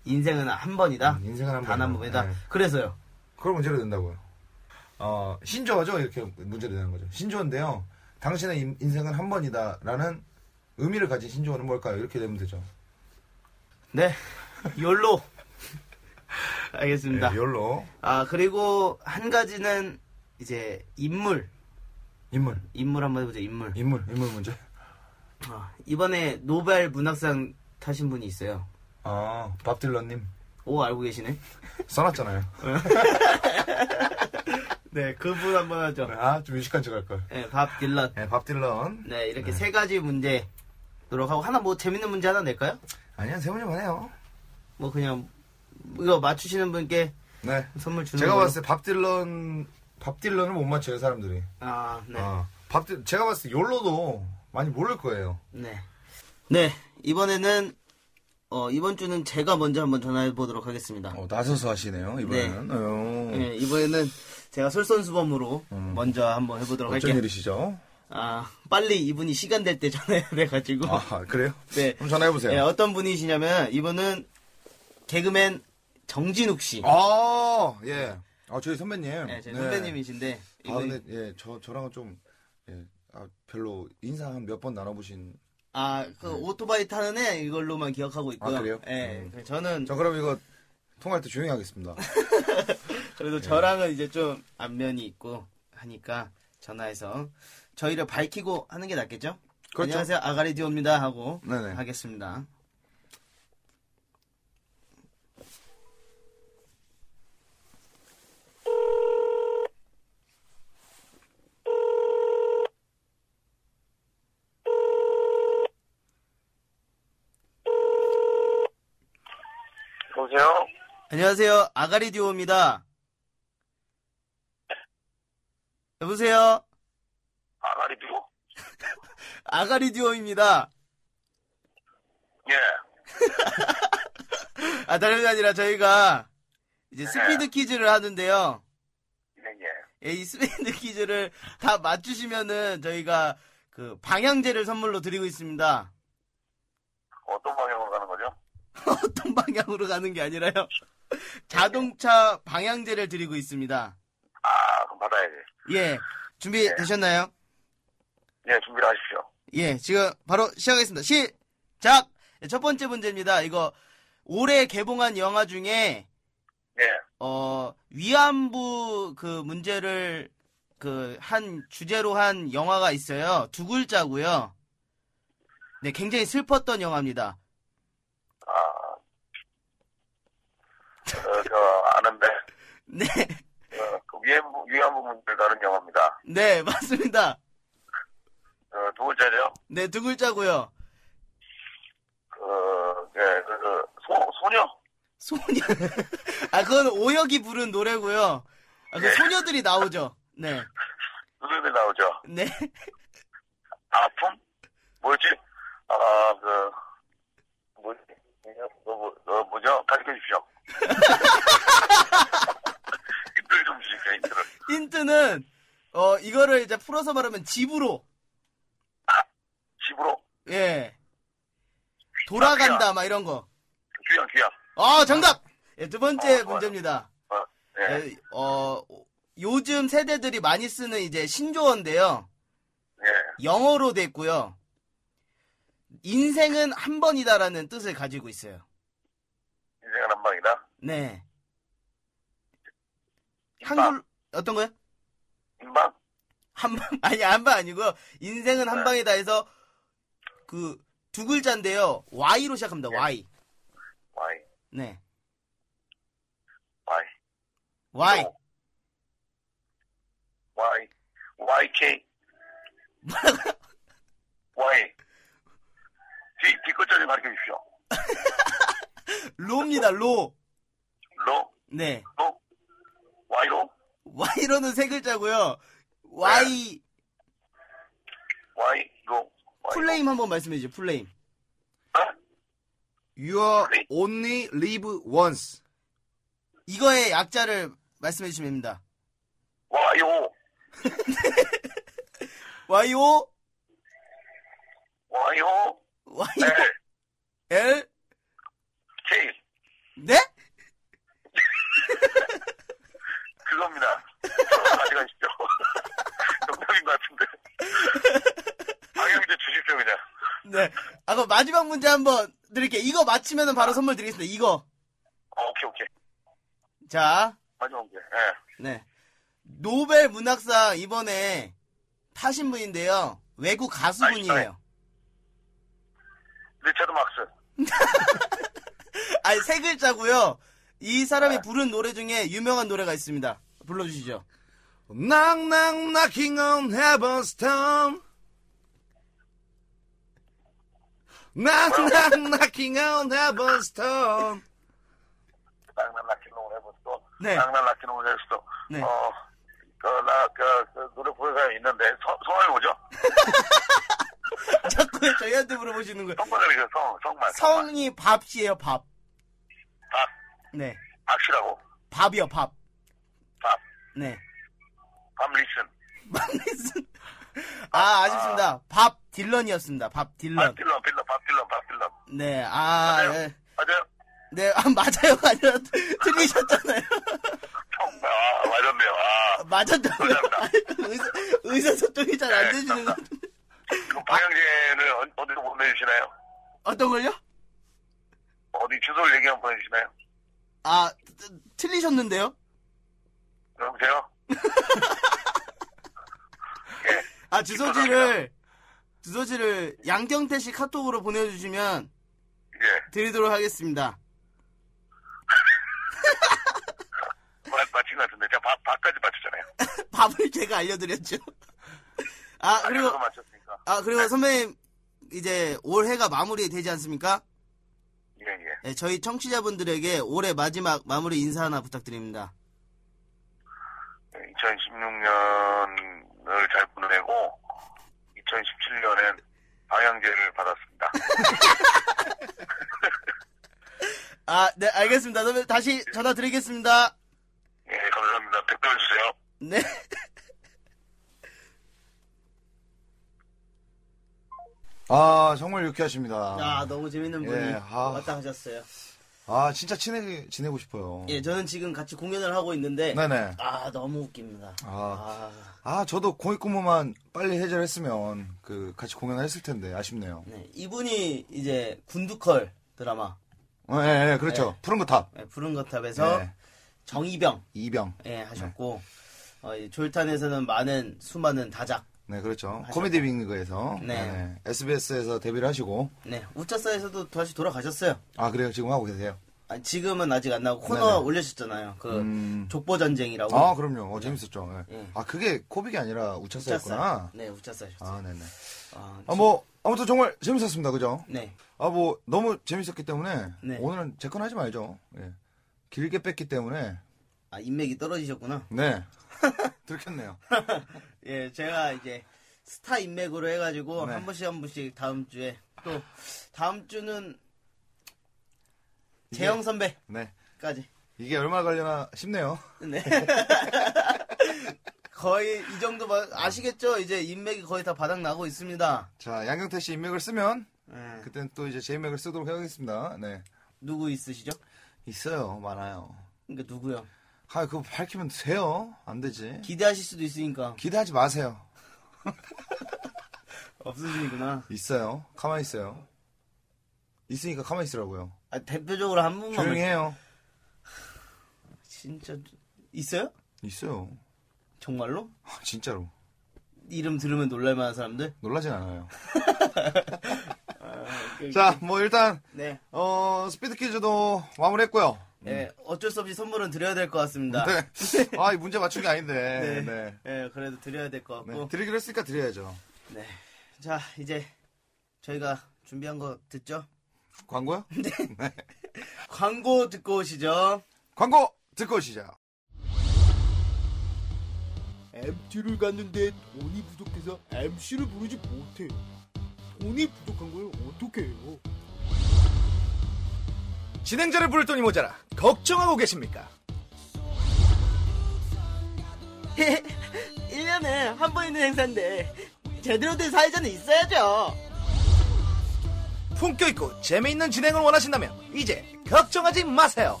Speaker 2: 인생은 한 번이다.
Speaker 4: 음, 인생은 한
Speaker 2: 단 한
Speaker 4: 번이다.
Speaker 2: 번이다.
Speaker 4: 네.
Speaker 2: 그래서요.
Speaker 4: 그걸 문제로 낸다고요. 어, 신조어죠. 이렇게 문제로 내는 거죠. 신조어인데요. 당신의 인- 인생은 한 번이다라는 의미를 가진 신조어는 뭘까요? 이렇게 되면 되죠.
Speaker 2: 네, 욜로. 알겠습니다.
Speaker 4: 네, 욜로.
Speaker 2: 아 그리고 한 가지는 이제 인물
Speaker 4: 인물.
Speaker 2: 인물 한번 해보자 인물
Speaker 4: 인물. 인물 문제.
Speaker 2: 아, 이번에 노벨 문학상 타신 분이 있어요
Speaker 4: 아, 밥 딜런님.
Speaker 2: 오 알고 계시네
Speaker 4: 써놨잖아요.
Speaker 2: 네 그분 한번 하죠
Speaker 4: 아, 좀 유식한 척 할걸.
Speaker 2: 네밥 딜런
Speaker 4: 네, 밥 딜런.
Speaker 2: 네 이렇게 세 가지 문제 노력하고 하나 뭐 재밌는 문제 하나 낼까요?
Speaker 4: 아니야, 세훈이만 해요.
Speaker 2: 뭐 그냥 이거 맞추시는 분께
Speaker 4: 네.
Speaker 2: 선물 주는
Speaker 4: 제가
Speaker 2: 걸로.
Speaker 4: 봤을 때 밥 딜런, 밥 딜런을 못 맞춰요, 사람들이.
Speaker 2: 아, 네.
Speaker 4: 아, 밥 딜, 제가 봤을 때 욜로도 많이 모를 거예요.
Speaker 2: 네. 네, 이번에는, 어, 이번 주는 제가 먼저 한번 전화해 보도록 하겠습니다.
Speaker 4: 어, 나서서 하시네요,
Speaker 2: 이번에는.
Speaker 4: 네.
Speaker 2: 네, 이번에는 제가 솔선수범으로 먼저 한번 해보도록 할게요.
Speaker 4: 음. 일이시죠?
Speaker 2: 아, 빨리 이분이 시간 될 때 전화해야 돼가지고.
Speaker 4: 아, 그래요?
Speaker 2: 네.
Speaker 4: 그럼 전화해보세요.
Speaker 2: 네, 어떤 분이시냐면, 이분은 개그맨 정진욱 씨.
Speaker 4: 아, 예. 아, 저희 선배님.
Speaker 2: 어, 네, 제 선배님이신데.
Speaker 4: 아,
Speaker 2: 이분이-
Speaker 4: 근데, 예, 저, 저랑은 좀, 예, 아, 별로 인사 한 몇 번 나눠보신.
Speaker 2: 아, 그 오토바이 타는 애 이걸로만 기억하고 있고요.
Speaker 4: 아, 그래요?
Speaker 2: 예, 저는,
Speaker 4: 저 그럼 이거 통화할 때 조용히 하겠습니다.
Speaker 2: 그래도
Speaker 4: 네.
Speaker 2: 저랑은 이제 좀 안면이 있고 하니까 전화해서 저희를 밝히고 하는 게 낫겠죠?
Speaker 4: 그렇죠.
Speaker 2: 안녕하세요 아가리디오입니다 하고
Speaker 4: 네네.
Speaker 2: 하겠습니다.
Speaker 5: 여보세요?
Speaker 2: 안녕하세요 아가리디오입니다. 여보세요
Speaker 5: 아가리 누구?
Speaker 2: 아가리디오입니다.
Speaker 5: 예.
Speaker 2: 아 다름이 아니라 저희가 이제 스피드 퀴즈를 하는데요.
Speaker 5: 예, 예.
Speaker 2: 예, 이 스피드 퀴즈를 다 맞추시면은 저희가 그 방향제를 선물로 드리고 있습니다.
Speaker 5: 어떤 방향으로 가는 거죠?
Speaker 2: 어떤 방향으로 가는 게 아니라요. 자동차 방향제를 드리고 있습니다.
Speaker 5: 아, 그럼 받아야지.
Speaker 2: 예. 준비 되셨나요?
Speaker 5: 예, 준비를 하십시오.
Speaker 2: 예. 지금 바로 시작하겠습니다. 시작! 예, 첫 번째 문제입니다. 이거, 올해 개봉한 영화 중에,
Speaker 5: 예.
Speaker 2: 어, 위안부 그 문제를 그 한 주제로 한 영화가 있어요. 두 글자고요. 네, 굉장히 슬펐던 영화입니다.
Speaker 5: 아, 어, 저 아는데
Speaker 2: 네,
Speaker 5: 어, 그 위안부 위안부 문제 다른 영화입니다.
Speaker 2: 네, 맞습니다.
Speaker 5: 어, 두 번째죠.
Speaker 2: 네, 두 글자고요.
Speaker 5: 그, 예, 그, 그 소, 소녀.
Speaker 2: 소녀. 아, 그건 오혁이 부른 노래고요. 아, 그 소녀들이 나오죠. 네,
Speaker 5: 누구들 나오죠?
Speaker 2: 네.
Speaker 5: 아픔? 뭐였지? 아, 그, 뭐지? 어, 뭐, 어, 뭐죠? 가르쳐 주십시오. 힌트를 좀 주십시오, 힌트를.
Speaker 2: 힌트는 어 이거를 이제 풀어서 말하면 집으로
Speaker 5: 집으로.
Speaker 2: 예 돌아간다 막 이런 거.
Speaker 5: 귀향, 귀향.
Speaker 2: 아 정답. 예, 두 번째
Speaker 5: 어, 좋아요.
Speaker 2: 문제입니다.
Speaker 5: 어, 예,
Speaker 2: 예, 어 요즘 세대들이 많이 쓰는 이제 신조어인데요.
Speaker 5: 예.
Speaker 2: 영어로 됐고요. 인생은 한 번이다라는 뜻을 가지고 있어요.
Speaker 5: 인생은 한 방이다.
Speaker 2: 네.
Speaker 5: 인방.
Speaker 2: 한글 어떤 거요?
Speaker 5: 인방?
Speaker 2: 한방 아니 한 방 아니고요. 인생은 한 방이다 해서 그 두 글자인데요. Y로 시작합니다. Y.
Speaker 5: 와이,
Speaker 2: 네.
Speaker 5: 와이.
Speaker 2: Y.
Speaker 5: 또. 와이. YK. 와이. 뒤, 뒤끝자 좀 가르쳐 주십시오.
Speaker 2: 로입니다. 로.
Speaker 5: 로,
Speaker 2: 네.
Speaker 5: 로. 와이로?
Speaker 2: Y로는 세 글자고요. Y
Speaker 5: 와이로. 와이로.
Speaker 2: 풀네임 한번 말씀해 주세요. 풀네임.
Speaker 5: 아?
Speaker 4: You only live once.
Speaker 2: 이거의 약자를 말씀해 주시면 됩니다.
Speaker 5: 와요.
Speaker 2: Y O
Speaker 5: 와요.
Speaker 2: Y
Speaker 5: 네.
Speaker 2: O L
Speaker 5: 케이.
Speaker 2: 네?
Speaker 5: 그겁니다. 가져가 십시오. 정답인 것 같은데. 방영 이제 주십시오, 그냥.
Speaker 2: 네. 아 그럼 마지막 문제 한번 드릴게요. 이거 맞히면 바로 선물 드리겠습니다. 이거.
Speaker 5: 어, 오케이, 오케이.
Speaker 2: 자.
Speaker 5: 마지막 게. 예.
Speaker 2: 네. 노벨 문학상 이번에 타신 분인데요. 외국 가수분이에요.
Speaker 5: 리차드 막스.
Speaker 2: 아니 세 글자고요. 이 사람이 부른 노래 중에 유명한 노래가 있습니다. 불러주시죠.
Speaker 4: Knock knock knocking on heaven's door. Knock knock knocking on heaven's door.
Speaker 5: 낭만 라키노 해보스도.
Speaker 2: 네.
Speaker 5: 낭만 라키노 해보스도.
Speaker 2: 네.
Speaker 5: 어, 그, 나, 그, 그 노래 부르가 있는데, 성, 성함이 뭐죠?
Speaker 2: 자꾸 저희한테 물어보시는 거예요.
Speaker 5: 성만 그리죠, 성, 성만. 성만.
Speaker 2: 성이 밥씨예요, 밥.
Speaker 5: 밥,
Speaker 2: 네.
Speaker 5: 밥이라고.
Speaker 2: 밥이요, 밥.
Speaker 5: 밥,
Speaker 2: 네.
Speaker 5: 밥 리슨.
Speaker 2: 막내슨. 아, 아쉽습니다. 밥 딜런이었습니다. 밥
Speaker 5: 밥
Speaker 2: 딜런.
Speaker 5: 딜런, 빌런, 밥 딜런, 밥 딜런.
Speaker 2: 네. 아,
Speaker 5: 맞아요.
Speaker 2: 예.
Speaker 5: 맞아요?
Speaker 2: 네. 아, 맞아요가 아니라 틀리셨잖아요.
Speaker 5: 정말, 아, 맞았네요. 아,
Speaker 2: 맞았다고요. 그 네, 의사, 의사소통이 잘 안 되시는 것 같은데.
Speaker 5: 그 방향제를 어- 어디로 보내주시나요?
Speaker 2: 어떤 걸요?
Speaker 5: 어디 주소를 얘기하면 보내주시나요?
Speaker 2: 아, 틀- 틀리셨는데요?
Speaker 5: 여보세요? 예,
Speaker 2: 아 주소지를 주소지를 양경태 씨 카톡으로 보내주시면
Speaker 5: 예.
Speaker 2: 드리도록 하겠습니다.
Speaker 5: 마, 마친 것 같은데. 제가 밥, 밥까지 맞췄잖아요.
Speaker 2: 밥을 제가 알려드렸죠. 아 그리고
Speaker 5: 그거 맞췄으니까.
Speaker 2: 아 그리고 선배님 이제 올해가 마무리되지 않습니까?
Speaker 5: 예, 예.
Speaker 2: 네, 저희 청취자분들에게 올해 마지막 마무리 인사 하나 부탁드립니다.
Speaker 5: 2016년을 잘 보내고, 2017년엔 방향제를 받았습니다.
Speaker 2: 아 네 알겠습니다. 선배 님 다시 전화 드리겠습니다.
Speaker 5: 예, 감사합니다. 댓글 주세요.
Speaker 2: 네.
Speaker 4: 아 정말 유쾌하십니다.
Speaker 2: 아 너무 재밌는 분이
Speaker 4: 예, 아.
Speaker 2: 왔다 하셨어요.
Speaker 4: 아 진짜 친해 지내고 싶어요.
Speaker 2: 예 저는 지금 같이 공연을 하고 있는데
Speaker 4: 네네.
Speaker 2: 아 너무 웃깁니다.
Speaker 4: 아.
Speaker 2: 아.
Speaker 4: 아 저도 공익근무만 빨리 해결했으면 그 같이 공연했을 텐데 아쉽네요.
Speaker 2: 네, 이분이 이제 군두컬 드라마
Speaker 4: 어, 예, 예, 그렇죠.
Speaker 6: 네.
Speaker 4: 푸른 거탑.
Speaker 2: 예, 푸른 거탑에서
Speaker 4: 네.
Speaker 2: 정이병
Speaker 4: 이병.
Speaker 2: 예, 하셨고 어, 이 졸탄에서는 많은 수많은 다작
Speaker 4: 네, 그렇죠. 코미디 빅리그에서
Speaker 2: 네.
Speaker 4: SBS에서 데뷔를 하시고
Speaker 2: 네 우차사에서도 다시 돌아가셨어요.
Speaker 4: 아 그래요 지금 하고 계세요.
Speaker 2: 아, 지금은 아직 안 나오고 코너
Speaker 6: 네네.
Speaker 2: 올려주셨잖아요. 그
Speaker 6: 음.
Speaker 2: 족보 전쟁이라고.
Speaker 6: 아, 그럼요. 어, 재밌었죠. 예.
Speaker 2: 예.
Speaker 6: 아, 그게 코빅이 아니라 우차사였구나.
Speaker 2: 네, 우차사셨어요.
Speaker 6: 아, 네네.
Speaker 2: 아,
Speaker 6: 아, 뭐, 아무튼 정말 재밌었습니다. 그죠?
Speaker 2: 네.
Speaker 6: 아, 뭐, 너무 재밌었기 때문에
Speaker 2: 네.
Speaker 6: 오늘은 제 건 하지 말죠. 예. 길게 뺐기 때문에.
Speaker 2: 아, 인맥이 떨어지셨구나.
Speaker 6: 네. 들켰네요.
Speaker 2: 예, 제가 이제 스타 인맥으로 해가지고
Speaker 6: 네.
Speaker 2: 한 번씩 한 번씩 다음 주에 또 다음 주는
Speaker 6: 이게-
Speaker 2: 재영 선배까지.
Speaker 6: 네. 이게 얼마 걸려나 싶네요.
Speaker 2: 네. 거의 이 정도 만 아시겠죠? 이제 인맥이 거의 다 바닥 나고 있습니다.
Speaker 6: 자, 양경태 씨 인맥을 쓰면
Speaker 2: 예.
Speaker 6: 그땐 또 이제 제 인맥을 쓰도록 하겠습니다. 네.
Speaker 2: 누구 있으시죠?
Speaker 6: 있어요. 많아요.
Speaker 2: 그러니까 누구요?
Speaker 6: 아, 그거 밝히면 돼요. 안 되지.
Speaker 2: 기대하실 수도 있으니까
Speaker 6: 기대하지 마세요.
Speaker 2: 없으시구나.
Speaker 6: 있어요. 가만히 있어요. 있으니까 가만히 있으라고요.
Speaker 2: 아, 대표적으로 한 분만
Speaker 6: 조용히 해요.
Speaker 2: 진짜 있어요?
Speaker 6: 있어요.
Speaker 2: 정말로?
Speaker 6: 아, 진짜로.
Speaker 2: 이름 들으면 놀랄만한 사람들?
Speaker 6: 놀라진 않아요.
Speaker 2: 아,
Speaker 6: 자, 뭐 일단
Speaker 2: 네.
Speaker 6: 어, 스피드 퀴즈도 마무리했고요.
Speaker 2: 예, 어쩔 수 없이 선물은 드려야 될 것 같습니다.
Speaker 6: 네. 아, 이 문제 맞춘 게 아닌데.
Speaker 2: 네. 어.
Speaker 6: 네.
Speaker 2: 예, 그래도 드려야 될 것
Speaker 6: 네.
Speaker 2: 같고.
Speaker 6: 드리기로 했으니까 드려야죠.
Speaker 2: 네. 자, 이제 저희가 준비한 거 듣죠?
Speaker 6: 광고요?
Speaker 2: 광고 듣고 오시죠.
Speaker 6: 광고 듣고 오시죠.
Speaker 7: MT를 갔는데 돈이 부족해서 MC를 부르지 못해요. 돈이 부족한 걸 어떻게 해요?
Speaker 4: 진행자를 부를 돈이 모자라 걱정하고 계십니까?
Speaker 2: 1년에 한 번 있는 행사인데 제대로 된 사회자는 있어야죠.
Speaker 4: 품격 있고 재미있는 진행을 원하신다면 이제 걱정하지 마세요.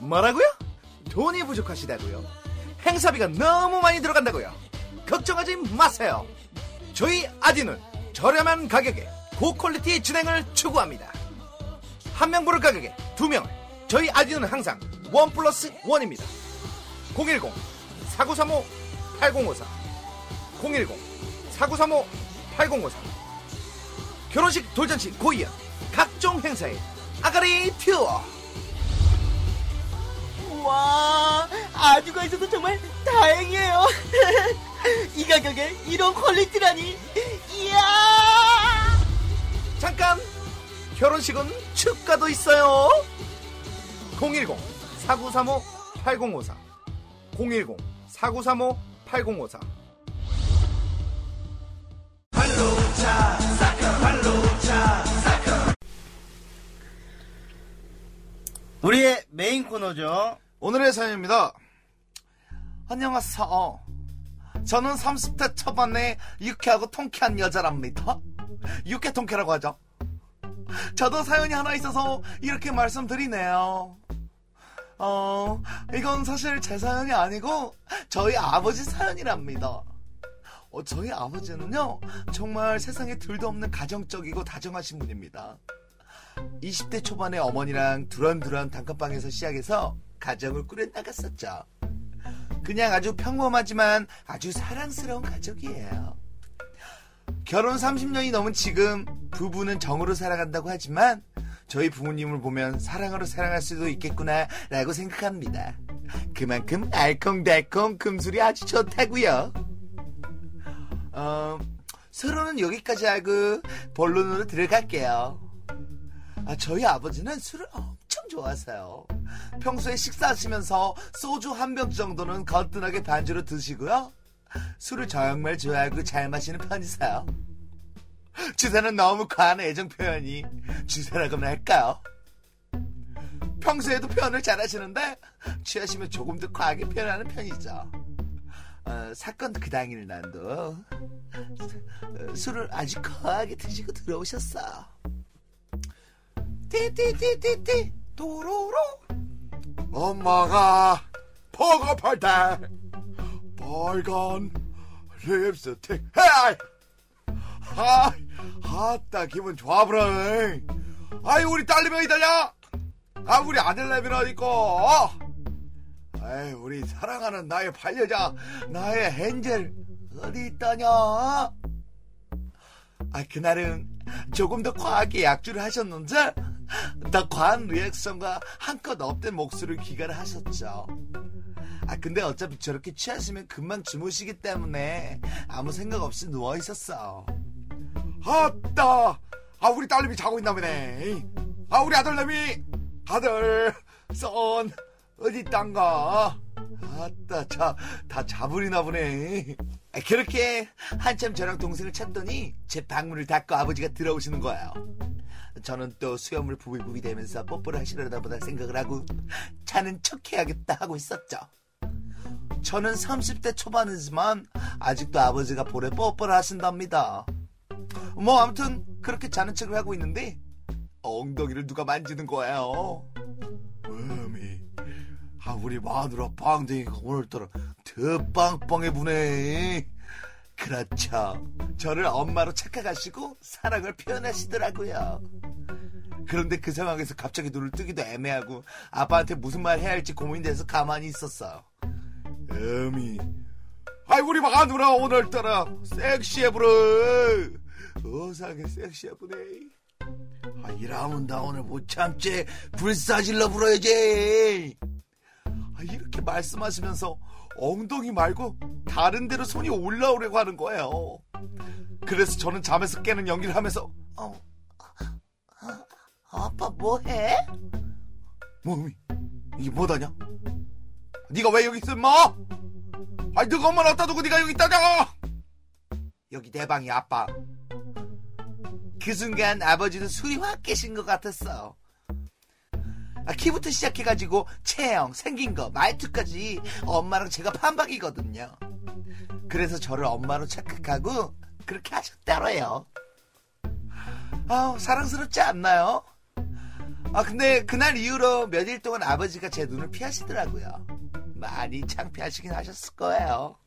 Speaker 4: 뭐라고요? 돈이 부족하시다고요? 행사비가 너무 많이 들어간다고요? 걱정하지 마세요. 저희 아디는 저렴한 가격에 고퀄리티 진행을 추구합니다. 한 명 부를 가격에 두 명. 저희 아디는 항상 원 플러스 원입니다. 010 4935 8054 010 4935 8054 결혼식, 돌잔치, 고이야 각종 행사에 아가리 퓨어
Speaker 1: 와, 아주가 있어서 정말 다행이에요. 이 가격에 이런 퀄리티라니. 이야!
Speaker 4: 잠깐 결혼식은 축가도 있어요 010 4935 8054 010 4935 8054
Speaker 2: 우리의 메인 코너죠.
Speaker 6: 오늘의 사연입니다.
Speaker 4: 안녕하세요 저는 30대 초반에 유쾌하고 통쾌한 여자랍니다 유쾌 통쾌라고 하죠 저도 사연이 하나 있어서 이렇게 말씀드리네요 어, 이건 사실 제 사연이 아니고 저희 아버지 사연이랍니다. 어, 저희 아버지는요, 정말 세상에 둘도 없는 가정적이고 다정하신 분입니다. 20대 초반에 어머니랑 두런두런 단칸방에서 시작해서 가정을 꾸려나갔었죠. 그냥 아주 평범하지만 아주 사랑스러운 가족이에요. 결혼 30년이 넘은 지금 부부는 정으로 살아간다고 하지만 저희 부모님을 보면 사랑으로 사랑할 수도 있겠구나라고 생각합니다. 그만큼 알콩달콩 금술이 아주 좋다고요. 어, 서로는 여기까지 하고 본론으로 들어갈게요. 아, 저희 아버지는 술을 엄청 좋아하세요. 평소에 식사하시면서 소주 한 병 정도는 거뜬하게 반주로 드시고요. 술을 정말 좋아하고 잘 마시는 편이세요. 주사는 너무 과한 애정 표현이 주사라고나 할까요? 평소에도 표현을 잘 하시는데 취하시면 조금 더 과하게 표현하는 편이죠. 어, 사건 그 당일 난도 어, 술을 아주 과하게 드시고 들어오셨어. 띠띠띠띠띠 도로로
Speaker 6: 엄마가
Speaker 4: 버겁할 때 빨간 립스틱 헤이 하 아따 기분 좋아브라 아이 우리 딸내미 이달냐 아 우리 아들내미라 있고 아이 우리 사랑하는 나의 반려자 나의 엔젤 어디 있다냐 아 그날은 조금 더 과하게 약주를 하셨는지 더 과한 리액션과 한껏 업된 목소리를 귀가를 하셨죠. 아 근데 어차피 저렇게 취하시면 금방 주무시기 때문에 아무 생각 없이 누워 있었어. 아따! 아 우리 딸내미 자고 있나보네. 아 우리 아들내미 아들 선 어디 있단가? 아따 자 다 자버리나 보네. 아, 그렇게 한참 저랑 동생을 찾더니 제 방문을 닫고 아버지가 들어오시는 거예요. 저는 또 수염을 부비부비 대면서 뽀뽀를 하시려다 보다 생각을 하고 자는 척해야겠다 하고 있었죠. 저는 30대 초반이지만 아직도 아버지가 볼에 뽀뽀를 하신답니다. 뭐 아무튼 그렇게 자는 척을 하고 있는데 엉덩이를 누가 만지는 거예요. 음이 아 우리 마누라 빵댕이가 오늘따라 더 빵빵해 보네. 그렇죠. 저를 엄마로 착각하시고 사랑을 표현하시더라고요. 그런데 그 상황에서 갑자기 눈을 뜨기도 애매하고 아빠한테 무슨 말 해야 할지 고민돼서 가만히 있었어요. 음이 아이 우리 마누라 오늘따라 섹시해 부러 어상에 섹시해 부네 아 이러면 나 오늘 못 참지 불사질러 불어야지 아, 이렇게 말씀하시면서 엉덩이 말고 다른 데로 손이 올라오려고 하는 거예요 그래서 저는 잠에서 깨는 연기를 하면서 어, 아, 아빠 뭐해? 몸이 이게 뭐다냐? 네가 왜 여기 있어 뭐? 임마? 아이 누가 엄마 갖다 두고 네가 여기 있다냐 여기 내 방이 야 아빠 그 순간 아버지는 술이 확 깨신 것 같았어 아, 키부터 시작해가지고 체형, 생긴 거, 말투까지 엄마랑 제가 판박이거든요 그래서 저를 엄마로 착각하고 그렇게 하셨다래요 아우 사랑스럽지 않나요? 아 근데 그날 이후로 몇 일 동안 아버지가 제 눈을 피하시더라고요 많이 창피하시긴 하셨을 거예요.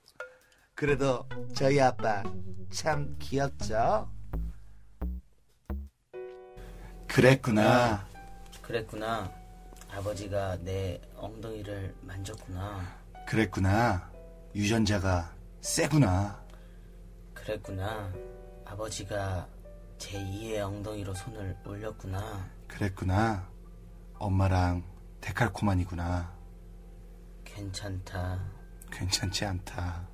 Speaker 4: 그래도 저희 아빠 참 귀엽죠? 그랬구나.
Speaker 2: 그랬구나. 아버지가 내 엉덩이를 만졌구나.
Speaker 4: 그랬구나. 유전자가 세구나.
Speaker 2: 그랬구나. 아버지가 제2의 엉덩이로 손을 올렸구나.
Speaker 4: 그랬구나. 엄마랑 데칼코만이구나.
Speaker 2: 괜찮다.
Speaker 4: 괜찮지 않다.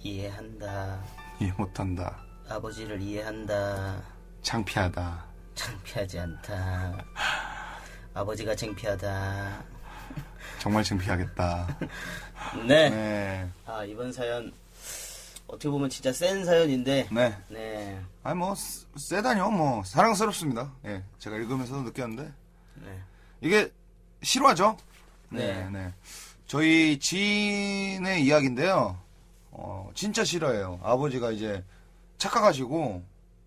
Speaker 2: 이해한다.
Speaker 4: 이해 못한다.
Speaker 2: 아버지를 이해한다.
Speaker 4: 창피하다.
Speaker 2: 창피하지 않다. 아버지가 창피하다.
Speaker 4: 정말 창피하겠다.
Speaker 2: 네.
Speaker 4: 네.
Speaker 2: 아, 이번 사연 어떻게 보면 진짜 센 사연인데.
Speaker 8: 네.
Speaker 2: 네.
Speaker 8: 아니 뭐 쓰- 세다뇨 뭐 사랑스럽습니다. 예, 제가 읽으면서도 느꼈는데
Speaker 2: 네.
Speaker 8: 이게 실화죠?
Speaker 2: 네.
Speaker 8: 저희 지인의 이야기인데요. 어, 진짜 실화예요. 아버지가 이제 착각하시고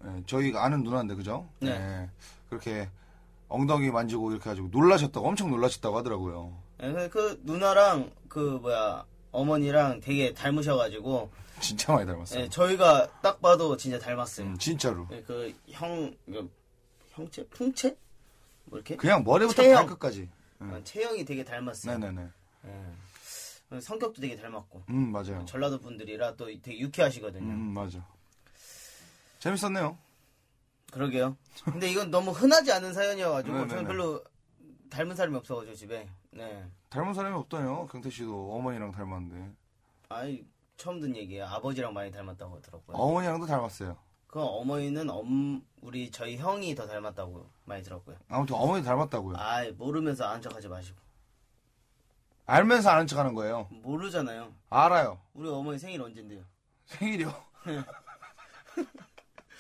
Speaker 8: 예, 저희가 아는 누나인데 그죠?
Speaker 2: 네.
Speaker 8: 예, 그렇게 엉덩이 만지고 이렇게 가지고 놀라셨다고 엄청 놀라셨다고 하더라고요.
Speaker 2: 네, 그 누나랑 그 뭐야 어머니랑 되게 닮으셔가지고
Speaker 8: 진짜 많이 닮았어요.
Speaker 2: 예, 저희가 딱 봐도 진짜 닮았어요.
Speaker 8: 음, 진짜로.
Speaker 2: 예, 그 형, 그 형체, 풍체, 뭐 이렇게
Speaker 8: 그냥 머리부터
Speaker 2: 체형.
Speaker 8: 발끝까지.
Speaker 2: 어, 체형이 되게 닮았어요.
Speaker 8: 네네네.
Speaker 2: 예. 성격도 되게 닮았고
Speaker 8: 음 맞아요.
Speaker 2: 전라도 분들이라 또 되게 유쾌하시거든요.
Speaker 8: 음 맞아. 재밌었네요.
Speaker 2: 그러게요. 근데 이건 너무 흔하지 않은 사연이어가지고
Speaker 8: 네네네.
Speaker 2: 저는 별로 닮은 사람이 없어가지고 집에. 네.
Speaker 8: 닮은 사람이 없다요. 경태 씨도 어머니랑 닮았는데.
Speaker 2: 아이 처음 듣는 얘기예요. 아버지랑 많이 닮았다고 들었고요.
Speaker 8: 어머니랑도 닮았어요.
Speaker 2: 그 어머니는 엄 우리 저희 형이 더 닮았다고 많이 들었고요.
Speaker 8: 아무튼 어머니 닮았다고요.
Speaker 2: 아 모르면서 아는 척하지 마시고
Speaker 8: 알면서 아는 척하는 거예요.
Speaker 2: 모르잖아요.
Speaker 8: 알아요.
Speaker 2: 우리 어머니 생일 언젠데요?
Speaker 8: 생일이요.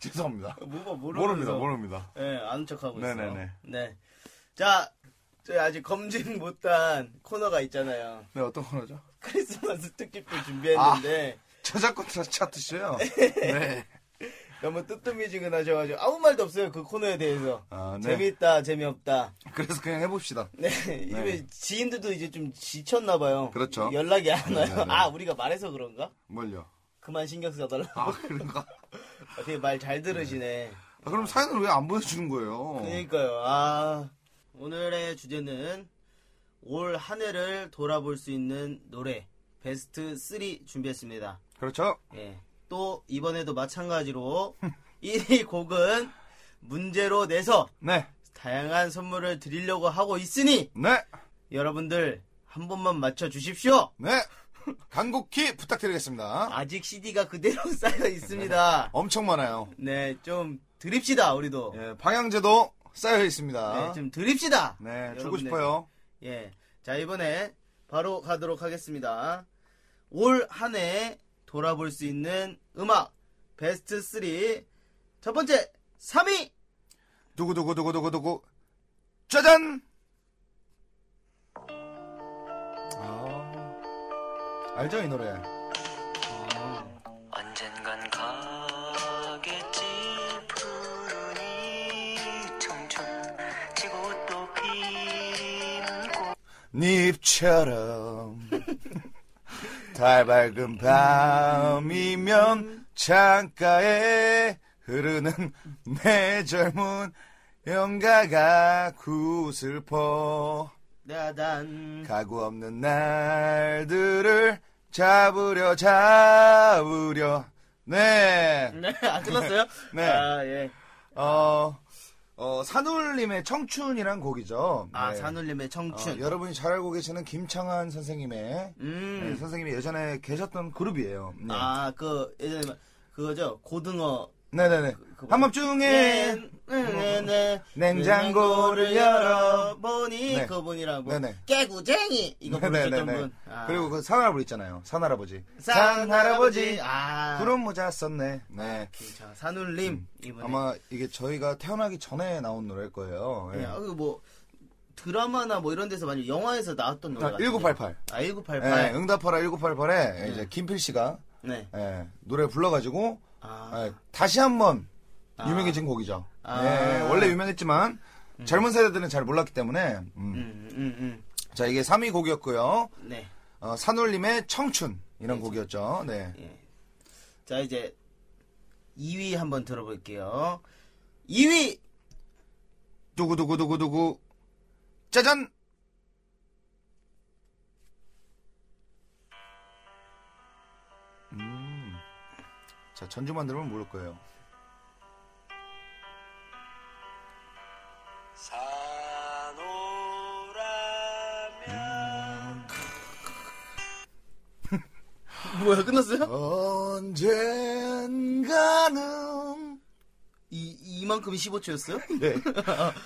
Speaker 8: 죄송합니다.
Speaker 2: 뭐가
Speaker 8: 모릅니다.
Speaker 2: 모르면서
Speaker 8: 모릅니다.
Speaker 2: 예, 아는 척하고
Speaker 8: 네네네.
Speaker 2: 있어요. 네. 자, 저희 아직 검증 못한 코너가 있잖아요.
Speaker 8: 네 어떤 코너죠?
Speaker 2: 크리스마스 특집도 준비했는데
Speaker 8: 아. 저작권 차트쇼요. 네.
Speaker 2: 너무 뜨뜻미지근하셔가지고 아무 말도 없어요 그 코너에 대해서
Speaker 8: 아, 네.
Speaker 2: 재밌다 재미없다
Speaker 8: 그래서 그냥 해봅시다.
Speaker 2: 네, 이제 지인들도 이제 좀 지쳤나 봐요
Speaker 8: 그렇죠.
Speaker 2: 연락이 안 와요
Speaker 8: 네, 네.
Speaker 2: 아 우리가 말해서 그런가
Speaker 8: 뭘요?
Speaker 2: 그만 신경 써달라고
Speaker 8: 아 그런가?
Speaker 2: 어, 되게 말 잘 들으시네
Speaker 8: 아, 그럼 사연을 왜 안 보내주는
Speaker 4: 어.
Speaker 8: 거예요?
Speaker 2: 그러니까요 아 오늘의 주제는 올 한 해를 돌아볼 수 있는 노래 베스트 3 준비했습니다
Speaker 8: 그렇죠.
Speaker 2: 예. 또 이번에도 마찬가지로 1위 곡은 문제로 내서
Speaker 8: 네.
Speaker 2: 다양한 선물을 드리려고 하고 있으니
Speaker 4: 네,
Speaker 2: 여러분들 한 번만 맞춰 주십시오.
Speaker 4: 네. 간곡히 부탁드리겠습니다.
Speaker 2: 아직 CD가 그대로 쌓여 있습니다.
Speaker 4: 엄청 많아요.
Speaker 2: 네, 좀 드립시다 우리도.
Speaker 4: 예, 방향제도 쌓여
Speaker 2: 네,
Speaker 4: 있습니다.
Speaker 2: 좀 드립시다.
Speaker 4: 네, 주고
Speaker 2: 여러분들.
Speaker 4: 싶어요.
Speaker 2: 예. 자, 이번에 바로 가도록 하겠습니다. 올 한 해 돌아볼 수 있는 음악 베스트 3. 첫 번째 3위
Speaker 4: 두구두구두구두구두구. 짜잔! 아, 알죠, 이 노래?
Speaker 9: 언젠간 가겠지 푸른 이 청춘 지고 또 피는 꽃
Speaker 4: 잎처럼 달 밝은 밤이면 창가에 흐르는 내 젊은 영가가 구슬퍼
Speaker 2: 네, 아, 나단
Speaker 4: 가구 없는 날들을 잡으려 잡으려 네
Speaker 2: 네, 안 끝났어요?
Speaker 4: 네.
Speaker 2: 아, 예.
Speaker 4: 어, 어, 산울님의 청춘이란 곡이죠
Speaker 2: 아,
Speaker 4: 네.
Speaker 2: 산울림의
Speaker 4: 어,
Speaker 2: 청춘.
Speaker 4: 여러분이 잘 알고 계시는 김창한 선생님의 네,
Speaker 2: 음.
Speaker 4: 선생님이 예전에 계셨던 그룹이에요. 네.
Speaker 2: 아, 그 예전에 막 그거죠. 고등어
Speaker 4: 네네네.
Speaker 2: 그 예,
Speaker 4: 한밤중에
Speaker 2: 네네네.
Speaker 4: 네. 냉장고를
Speaker 2: 열어보니
Speaker 4: 네.
Speaker 2: 그분이랑 뭐
Speaker 4: 네네.
Speaker 2: 깨구쟁이 이거 부르셨던
Speaker 4: 네네네.
Speaker 2: 분. 아.
Speaker 4: 그리고 그 산할아버지 있잖아요. 산할아버지.
Speaker 2: 산 할아버지.
Speaker 4: 산할아버지.
Speaker 2: 아.
Speaker 4: 구름 모자 썼네. 네.
Speaker 2: 자, 산울림 이번에.
Speaker 4: 아마 이게 저희가 태어나기 전에 나온 노래일 거예요. 예.
Speaker 2: 네. 아, 그뭐 드라마나 뭐 이런 데서 많이 영화에서 나왔던 노래
Speaker 4: 아,
Speaker 2: 같아요.
Speaker 4: 1988.
Speaker 2: 아,
Speaker 4: 예,
Speaker 2: 1988. 네.
Speaker 4: 응답하라 1988에 이제 김필 씨가 예, 노래 불러가지고
Speaker 2: 아.
Speaker 4: 예, 다시 한번 유명해진 곡이죠.
Speaker 2: 아.
Speaker 4: 예, 원래 유명했지만 젊은 세대들은 잘 몰랐기 때문에 음.
Speaker 2: 음, 음, 음.
Speaker 4: 자 이게 3위 곡이었고요.
Speaker 2: 네.
Speaker 4: 어, 산울림의 청춘 이런 곡이었죠. 네.
Speaker 2: 자, 이제 2위 한번 들어볼게요. 2위
Speaker 4: 두구두구두구두구 짜잔 음. 자 전주만 들으면 모를 거예요.
Speaker 2: 뭐야? 끝났어요?
Speaker 4: 언젠가는
Speaker 2: 이 이만큼 15초였어요?
Speaker 4: 네.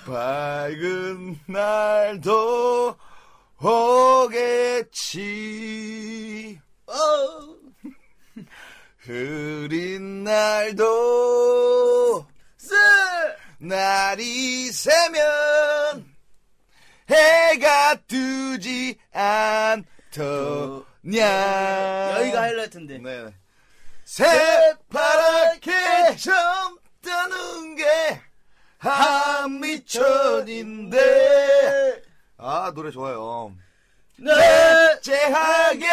Speaker 4: 밝은 날도 오겠지.
Speaker 2: 어.
Speaker 4: 흐린 날도 날이 새면 해가 뜨지 않더냐
Speaker 2: 여기가 하이라이트인데.
Speaker 4: 네. 새파랗게 젊다는 게 한미천인데 아 노래 좋아요
Speaker 2: 네.
Speaker 4: 제하게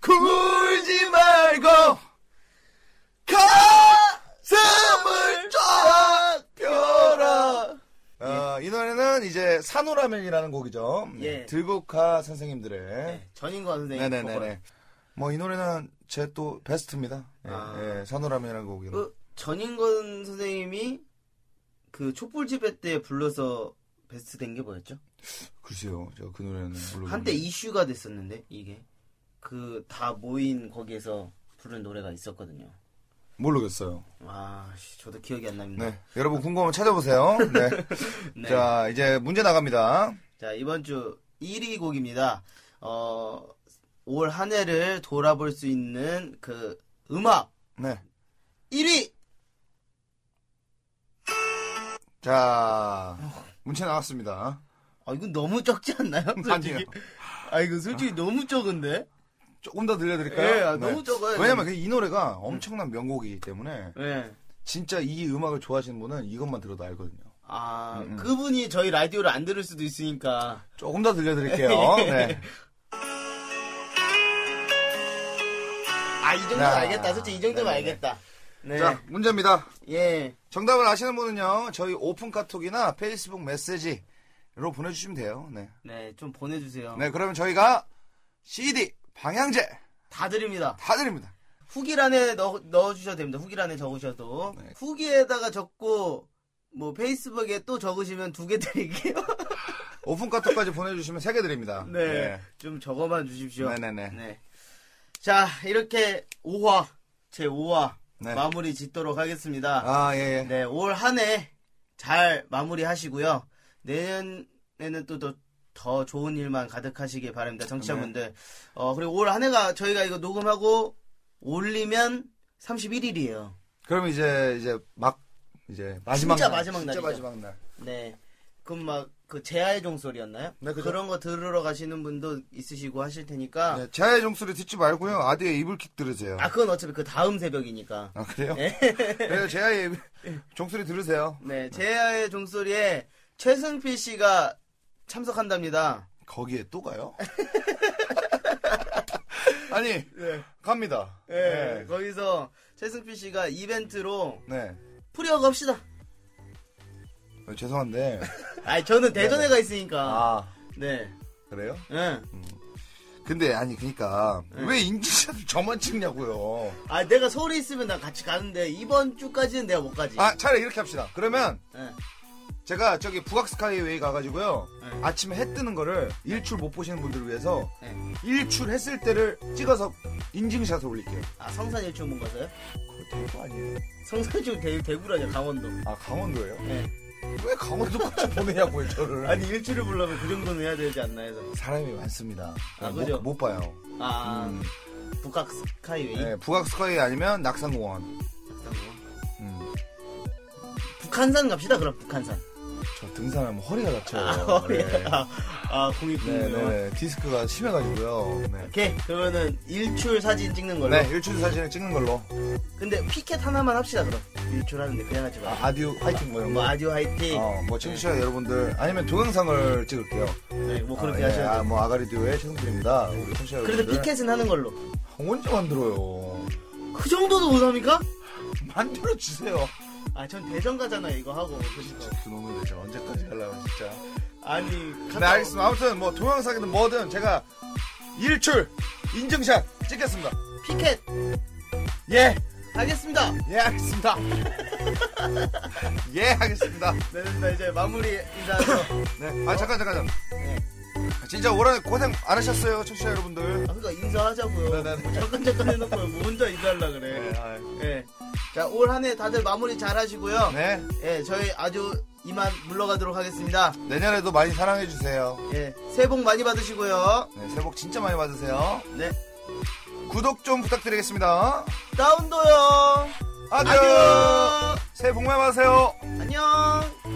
Speaker 4: 굴지 말고 가슴을 쫙 펴라 어, 이 노래는 이제 산호라면이라는 곡이죠
Speaker 2: 예.
Speaker 4: 들국화 선생님들의
Speaker 2: 네, 전인과 선생님. 보컬.
Speaker 4: 네네네네. 뭐 이 노래는 제 또 베스트입니다. 예,
Speaker 2: 아.
Speaker 4: 예, 산호라면이라는 곡이. 로
Speaker 2: 그 전인권 선생님이 그 촛불 집회 때 불러서 베스트 된 게 뭐였죠?
Speaker 4: 글쎄요, 저 그 노래는 모르겠는데.
Speaker 2: 한때 이슈가 됐었는데 이게 그 다 모인 거기에서 부른 노래가 있었거든요.
Speaker 4: 모르겠어요.
Speaker 2: 아, 씨, 저도 기억이 안 납니다.
Speaker 4: 네, 여러분 궁금하면 찾아보세요. 네.
Speaker 2: 네.
Speaker 4: 자, 이제 문제 나갑니다.
Speaker 2: 자, 이번 주 1위 곡입니다. 어, 올 한 해를 돌아볼 수 있는 그 음악
Speaker 4: 네.
Speaker 2: 1위!
Speaker 4: 자, 문제 나왔습니다.
Speaker 2: 아, 이건 너무 적지 않나요? 솔직히.
Speaker 4: 아니요.
Speaker 2: 아, 이거 솔직히 너무 적은데?
Speaker 4: 조금 더 들려드릴까요? 네.
Speaker 2: 예, 아, 너무 적어요. 음.
Speaker 4: 왜냐면 그 이 노래가 엄청난 명곡이기 때문에
Speaker 2: 예.
Speaker 4: 진짜 이 음악을 좋아하시는 분은 이것만 들어도 알거든요.
Speaker 2: 아,
Speaker 4: 음,
Speaker 2: 그분이 저희 라디오를 안 들을 수도 있으니까.
Speaker 4: 조금 더 들려드릴게요.
Speaker 2: 예.
Speaker 4: 네.
Speaker 2: 아, 이 정도면
Speaker 4: 야.
Speaker 2: 알겠다. 솔직히 이 정도면
Speaker 4: 네네네.
Speaker 2: 알겠다. 네.
Speaker 4: 자, 문제입니다.
Speaker 2: 예.
Speaker 4: 정답을 아시는 분은요, 저희 오픈 카톡이나 페이스북 메시지로 보내주시면 돼요. 네.
Speaker 2: 네, 좀 보내주세요.
Speaker 4: 네, 그러면 저희가 CD, 방향제
Speaker 2: 다 드립니다.
Speaker 4: 다 드립니다. 네.
Speaker 2: 후기란에 넣, 넣어주셔도 됩니다. 후기란에 적으셔도. 후기에다가 적고, 뭐 페이스북에 또 적으시면 두 개 드릴게요.
Speaker 4: 오픈 카톡까지 보내주시면 세 개 드립니다.
Speaker 2: 네. 좀 적어만 주십시오.
Speaker 4: 네네네.
Speaker 2: 네. 자, 이렇게 5화, 제 5화
Speaker 4: 네.
Speaker 2: 마무리 짓도록 하겠습니다.
Speaker 4: 아, 예, 예.
Speaker 2: 네, 올 한 해 잘 마무리 하시고요. 내년에는 또 더, 더 좋은 일만 가득하시길 바랍니다. 청취자분들. 어, 그리고 올 한 해가 저희가 이거 녹음하고 올리면 31일이에요.
Speaker 4: 그럼 이제, 이제 막, 이제 마지막
Speaker 2: 진짜
Speaker 4: 날.
Speaker 2: 마지막
Speaker 4: 진짜
Speaker 2: 날이죠.
Speaker 4: 마지막 날.
Speaker 2: 네. 그럼 막 그 제아의 종소리였나요?
Speaker 4: 네, 그죠.
Speaker 2: 그런 거 들으러 가시는 분도 있으시고 하실 테니까
Speaker 4: 네, 제아의 종소리 듣지 말고요. 아드의 이불킥 들으세요.
Speaker 2: 아 그건 어차피 그 다음 새벽이니까.
Speaker 4: 아, 그래요?
Speaker 2: 네.
Speaker 4: 그래요. 제아의 이불- 종소리 들으세요.
Speaker 2: 네, 제아의 종소리에 최승필 씨가 참석한답니다.
Speaker 4: 거기에 또 가요? 아니,
Speaker 2: 네.
Speaker 4: 갑니다.
Speaker 2: 예,
Speaker 4: 네.
Speaker 2: 거기서 최승필 씨가 이벤트로
Speaker 4: 네.
Speaker 2: 프리허 갑시다.
Speaker 4: 어, 죄송한데.
Speaker 2: 아니 저는 대전에 가 있으니까.
Speaker 4: 네, 아,
Speaker 2: 네.
Speaker 4: 그래요?
Speaker 2: 예.
Speaker 4: 근데 아니 그러니까
Speaker 2: 네.
Speaker 4: 왜 인증샷을 저만 찍냐고요.
Speaker 2: 아 내가 서울에 있으면 나 같이 가는데 이번 주까지는 내가 못 가지.
Speaker 4: 아 차라리 이렇게 합시다. 그러면
Speaker 2: 예.
Speaker 4: 제가 저기 북악스카이웨이 가가지고요
Speaker 2: 네.
Speaker 4: 아침에 해 뜨는 거를 일출 못 보시는 분들을 위해서
Speaker 2: 네.
Speaker 4: 일출 했을 때를 찍어서 인증샷을 올릴게요.
Speaker 2: 아 성산 일출 문 가서요?
Speaker 4: 그거 대구 아니에요?
Speaker 2: 성산 일출 대 대구라냐 강원도.
Speaker 4: 아 강원도예요?
Speaker 2: 네.
Speaker 4: 왜 강원도까지 보내냐고요 저를.
Speaker 2: 아니 일출을 보려면 그 정도는 해야 되지 않나 해서.
Speaker 4: 사람이 많습니다.
Speaker 2: 아,
Speaker 4: 못,
Speaker 2: 그죠?
Speaker 4: 못 봐요.
Speaker 2: 아
Speaker 4: 음.
Speaker 2: 북악 스카이웨이.
Speaker 4: 네, 북악스카이 아니면 낙산공원.
Speaker 2: 작성으로.
Speaker 4: 음,
Speaker 2: 북한산 갑시다 그럼 북한산.
Speaker 4: 저 등산하면 허리가 다쳐요. 네.
Speaker 2: 아, 아 공이
Speaker 4: 네,
Speaker 2: 군요.
Speaker 4: 네, 디스크가 심해가지고요. 네.
Speaker 2: 오케이 그러면은 일출 사진 찍는 걸로.
Speaker 4: 네, 일출 사진을 찍는 걸로.
Speaker 2: 근데 피켓 하나만 합시다 그럼 일출하는데 그냥 하지 마.
Speaker 4: 아, 아듀 화이팅 뭐 이런
Speaker 2: 뭐
Speaker 4: 거.
Speaker 2: 아디오 화이팅.
Speaker 4: 어, 뭐 청취자 여러분들 아니면 동영상을 찍을게요.
Speaker 2: 네, 뭐 그렇게
Speaker 4: 아, 예,
Speaker 2: 하셔야
Speaker 4: 아,
Speaker 2: 돼요.
Speaker 4: 뭐 아가리 듀오의 최승필입니다. 우리 청취자
Speaker 2: 그래도
Speaker 4: 여러분들.
Speaker 2: 피켓은 하는 걸로.
Speaker 4: 언제 만들어요?
Speaker 2: 그 정도도 못합니까?
Speaker 4: 만들어 주세요.
Speaker 2: 아, 전 대전 가잖아 요 이거 하고. 그래서.
Speaker 4: 그놈의 대체 언제까지 가려고 진짜.
Speaker 2: 아니.
Speaker 4: 네, 알겠습니다. 아무튼 뭐 동영상이든 뭐든 제가 일출 인증샷 찍겠습니다.
Speaker 2: 피켓
Speaker 4: 예,
Speaker 2: 알겠습니다.
Speaker 4: 예, 하겠습니다. 예, 하겠습니다.
Speaker 2: 네, 네, 이제 마무리 인사하죠.
Speaker 4: 네, 아 잠깐 잠깐 잠깐.
Speaker 2: 네.
Speaker 4: 진짜 오랜 고생 많으셨어요, 청취자 여러분들.
Speaker 2: 아, 그러니까
Speaker 4: 네,
Speaker 2: 인사하자고요.
Speaker 4: 네, 네.
Speaker 2: 뭐 잠깐 잠깐 해놓고 뭐 혼자 인사하려 그래.
Speaker 4: 네, 아,
Speaker 2: 예. 자, 올 한 해 다들 마무리 잘 하시고요.
Speaker 4: 네,
Speaker 2: 예, 저희 아주 이만 물러가도록 하겠습니다.
Speaker 4: 내년에도 많이 사랑해 주세요.
Speaker 2: 예, 새해 복 많이 받으시고요.
Speaker 4: 네, 새해 복 진짜 많이 받으세요.
Speaker 2: 네,
Speaker 4: 구독 좀 부탁드리겠습니다.
Speaker 2: 다운도요.
Speaker 4: 아듀.
Speaker 2: 안녕.
Speaker 4: 새해 복 많이 받으세요.
Speaker 2: 안녕.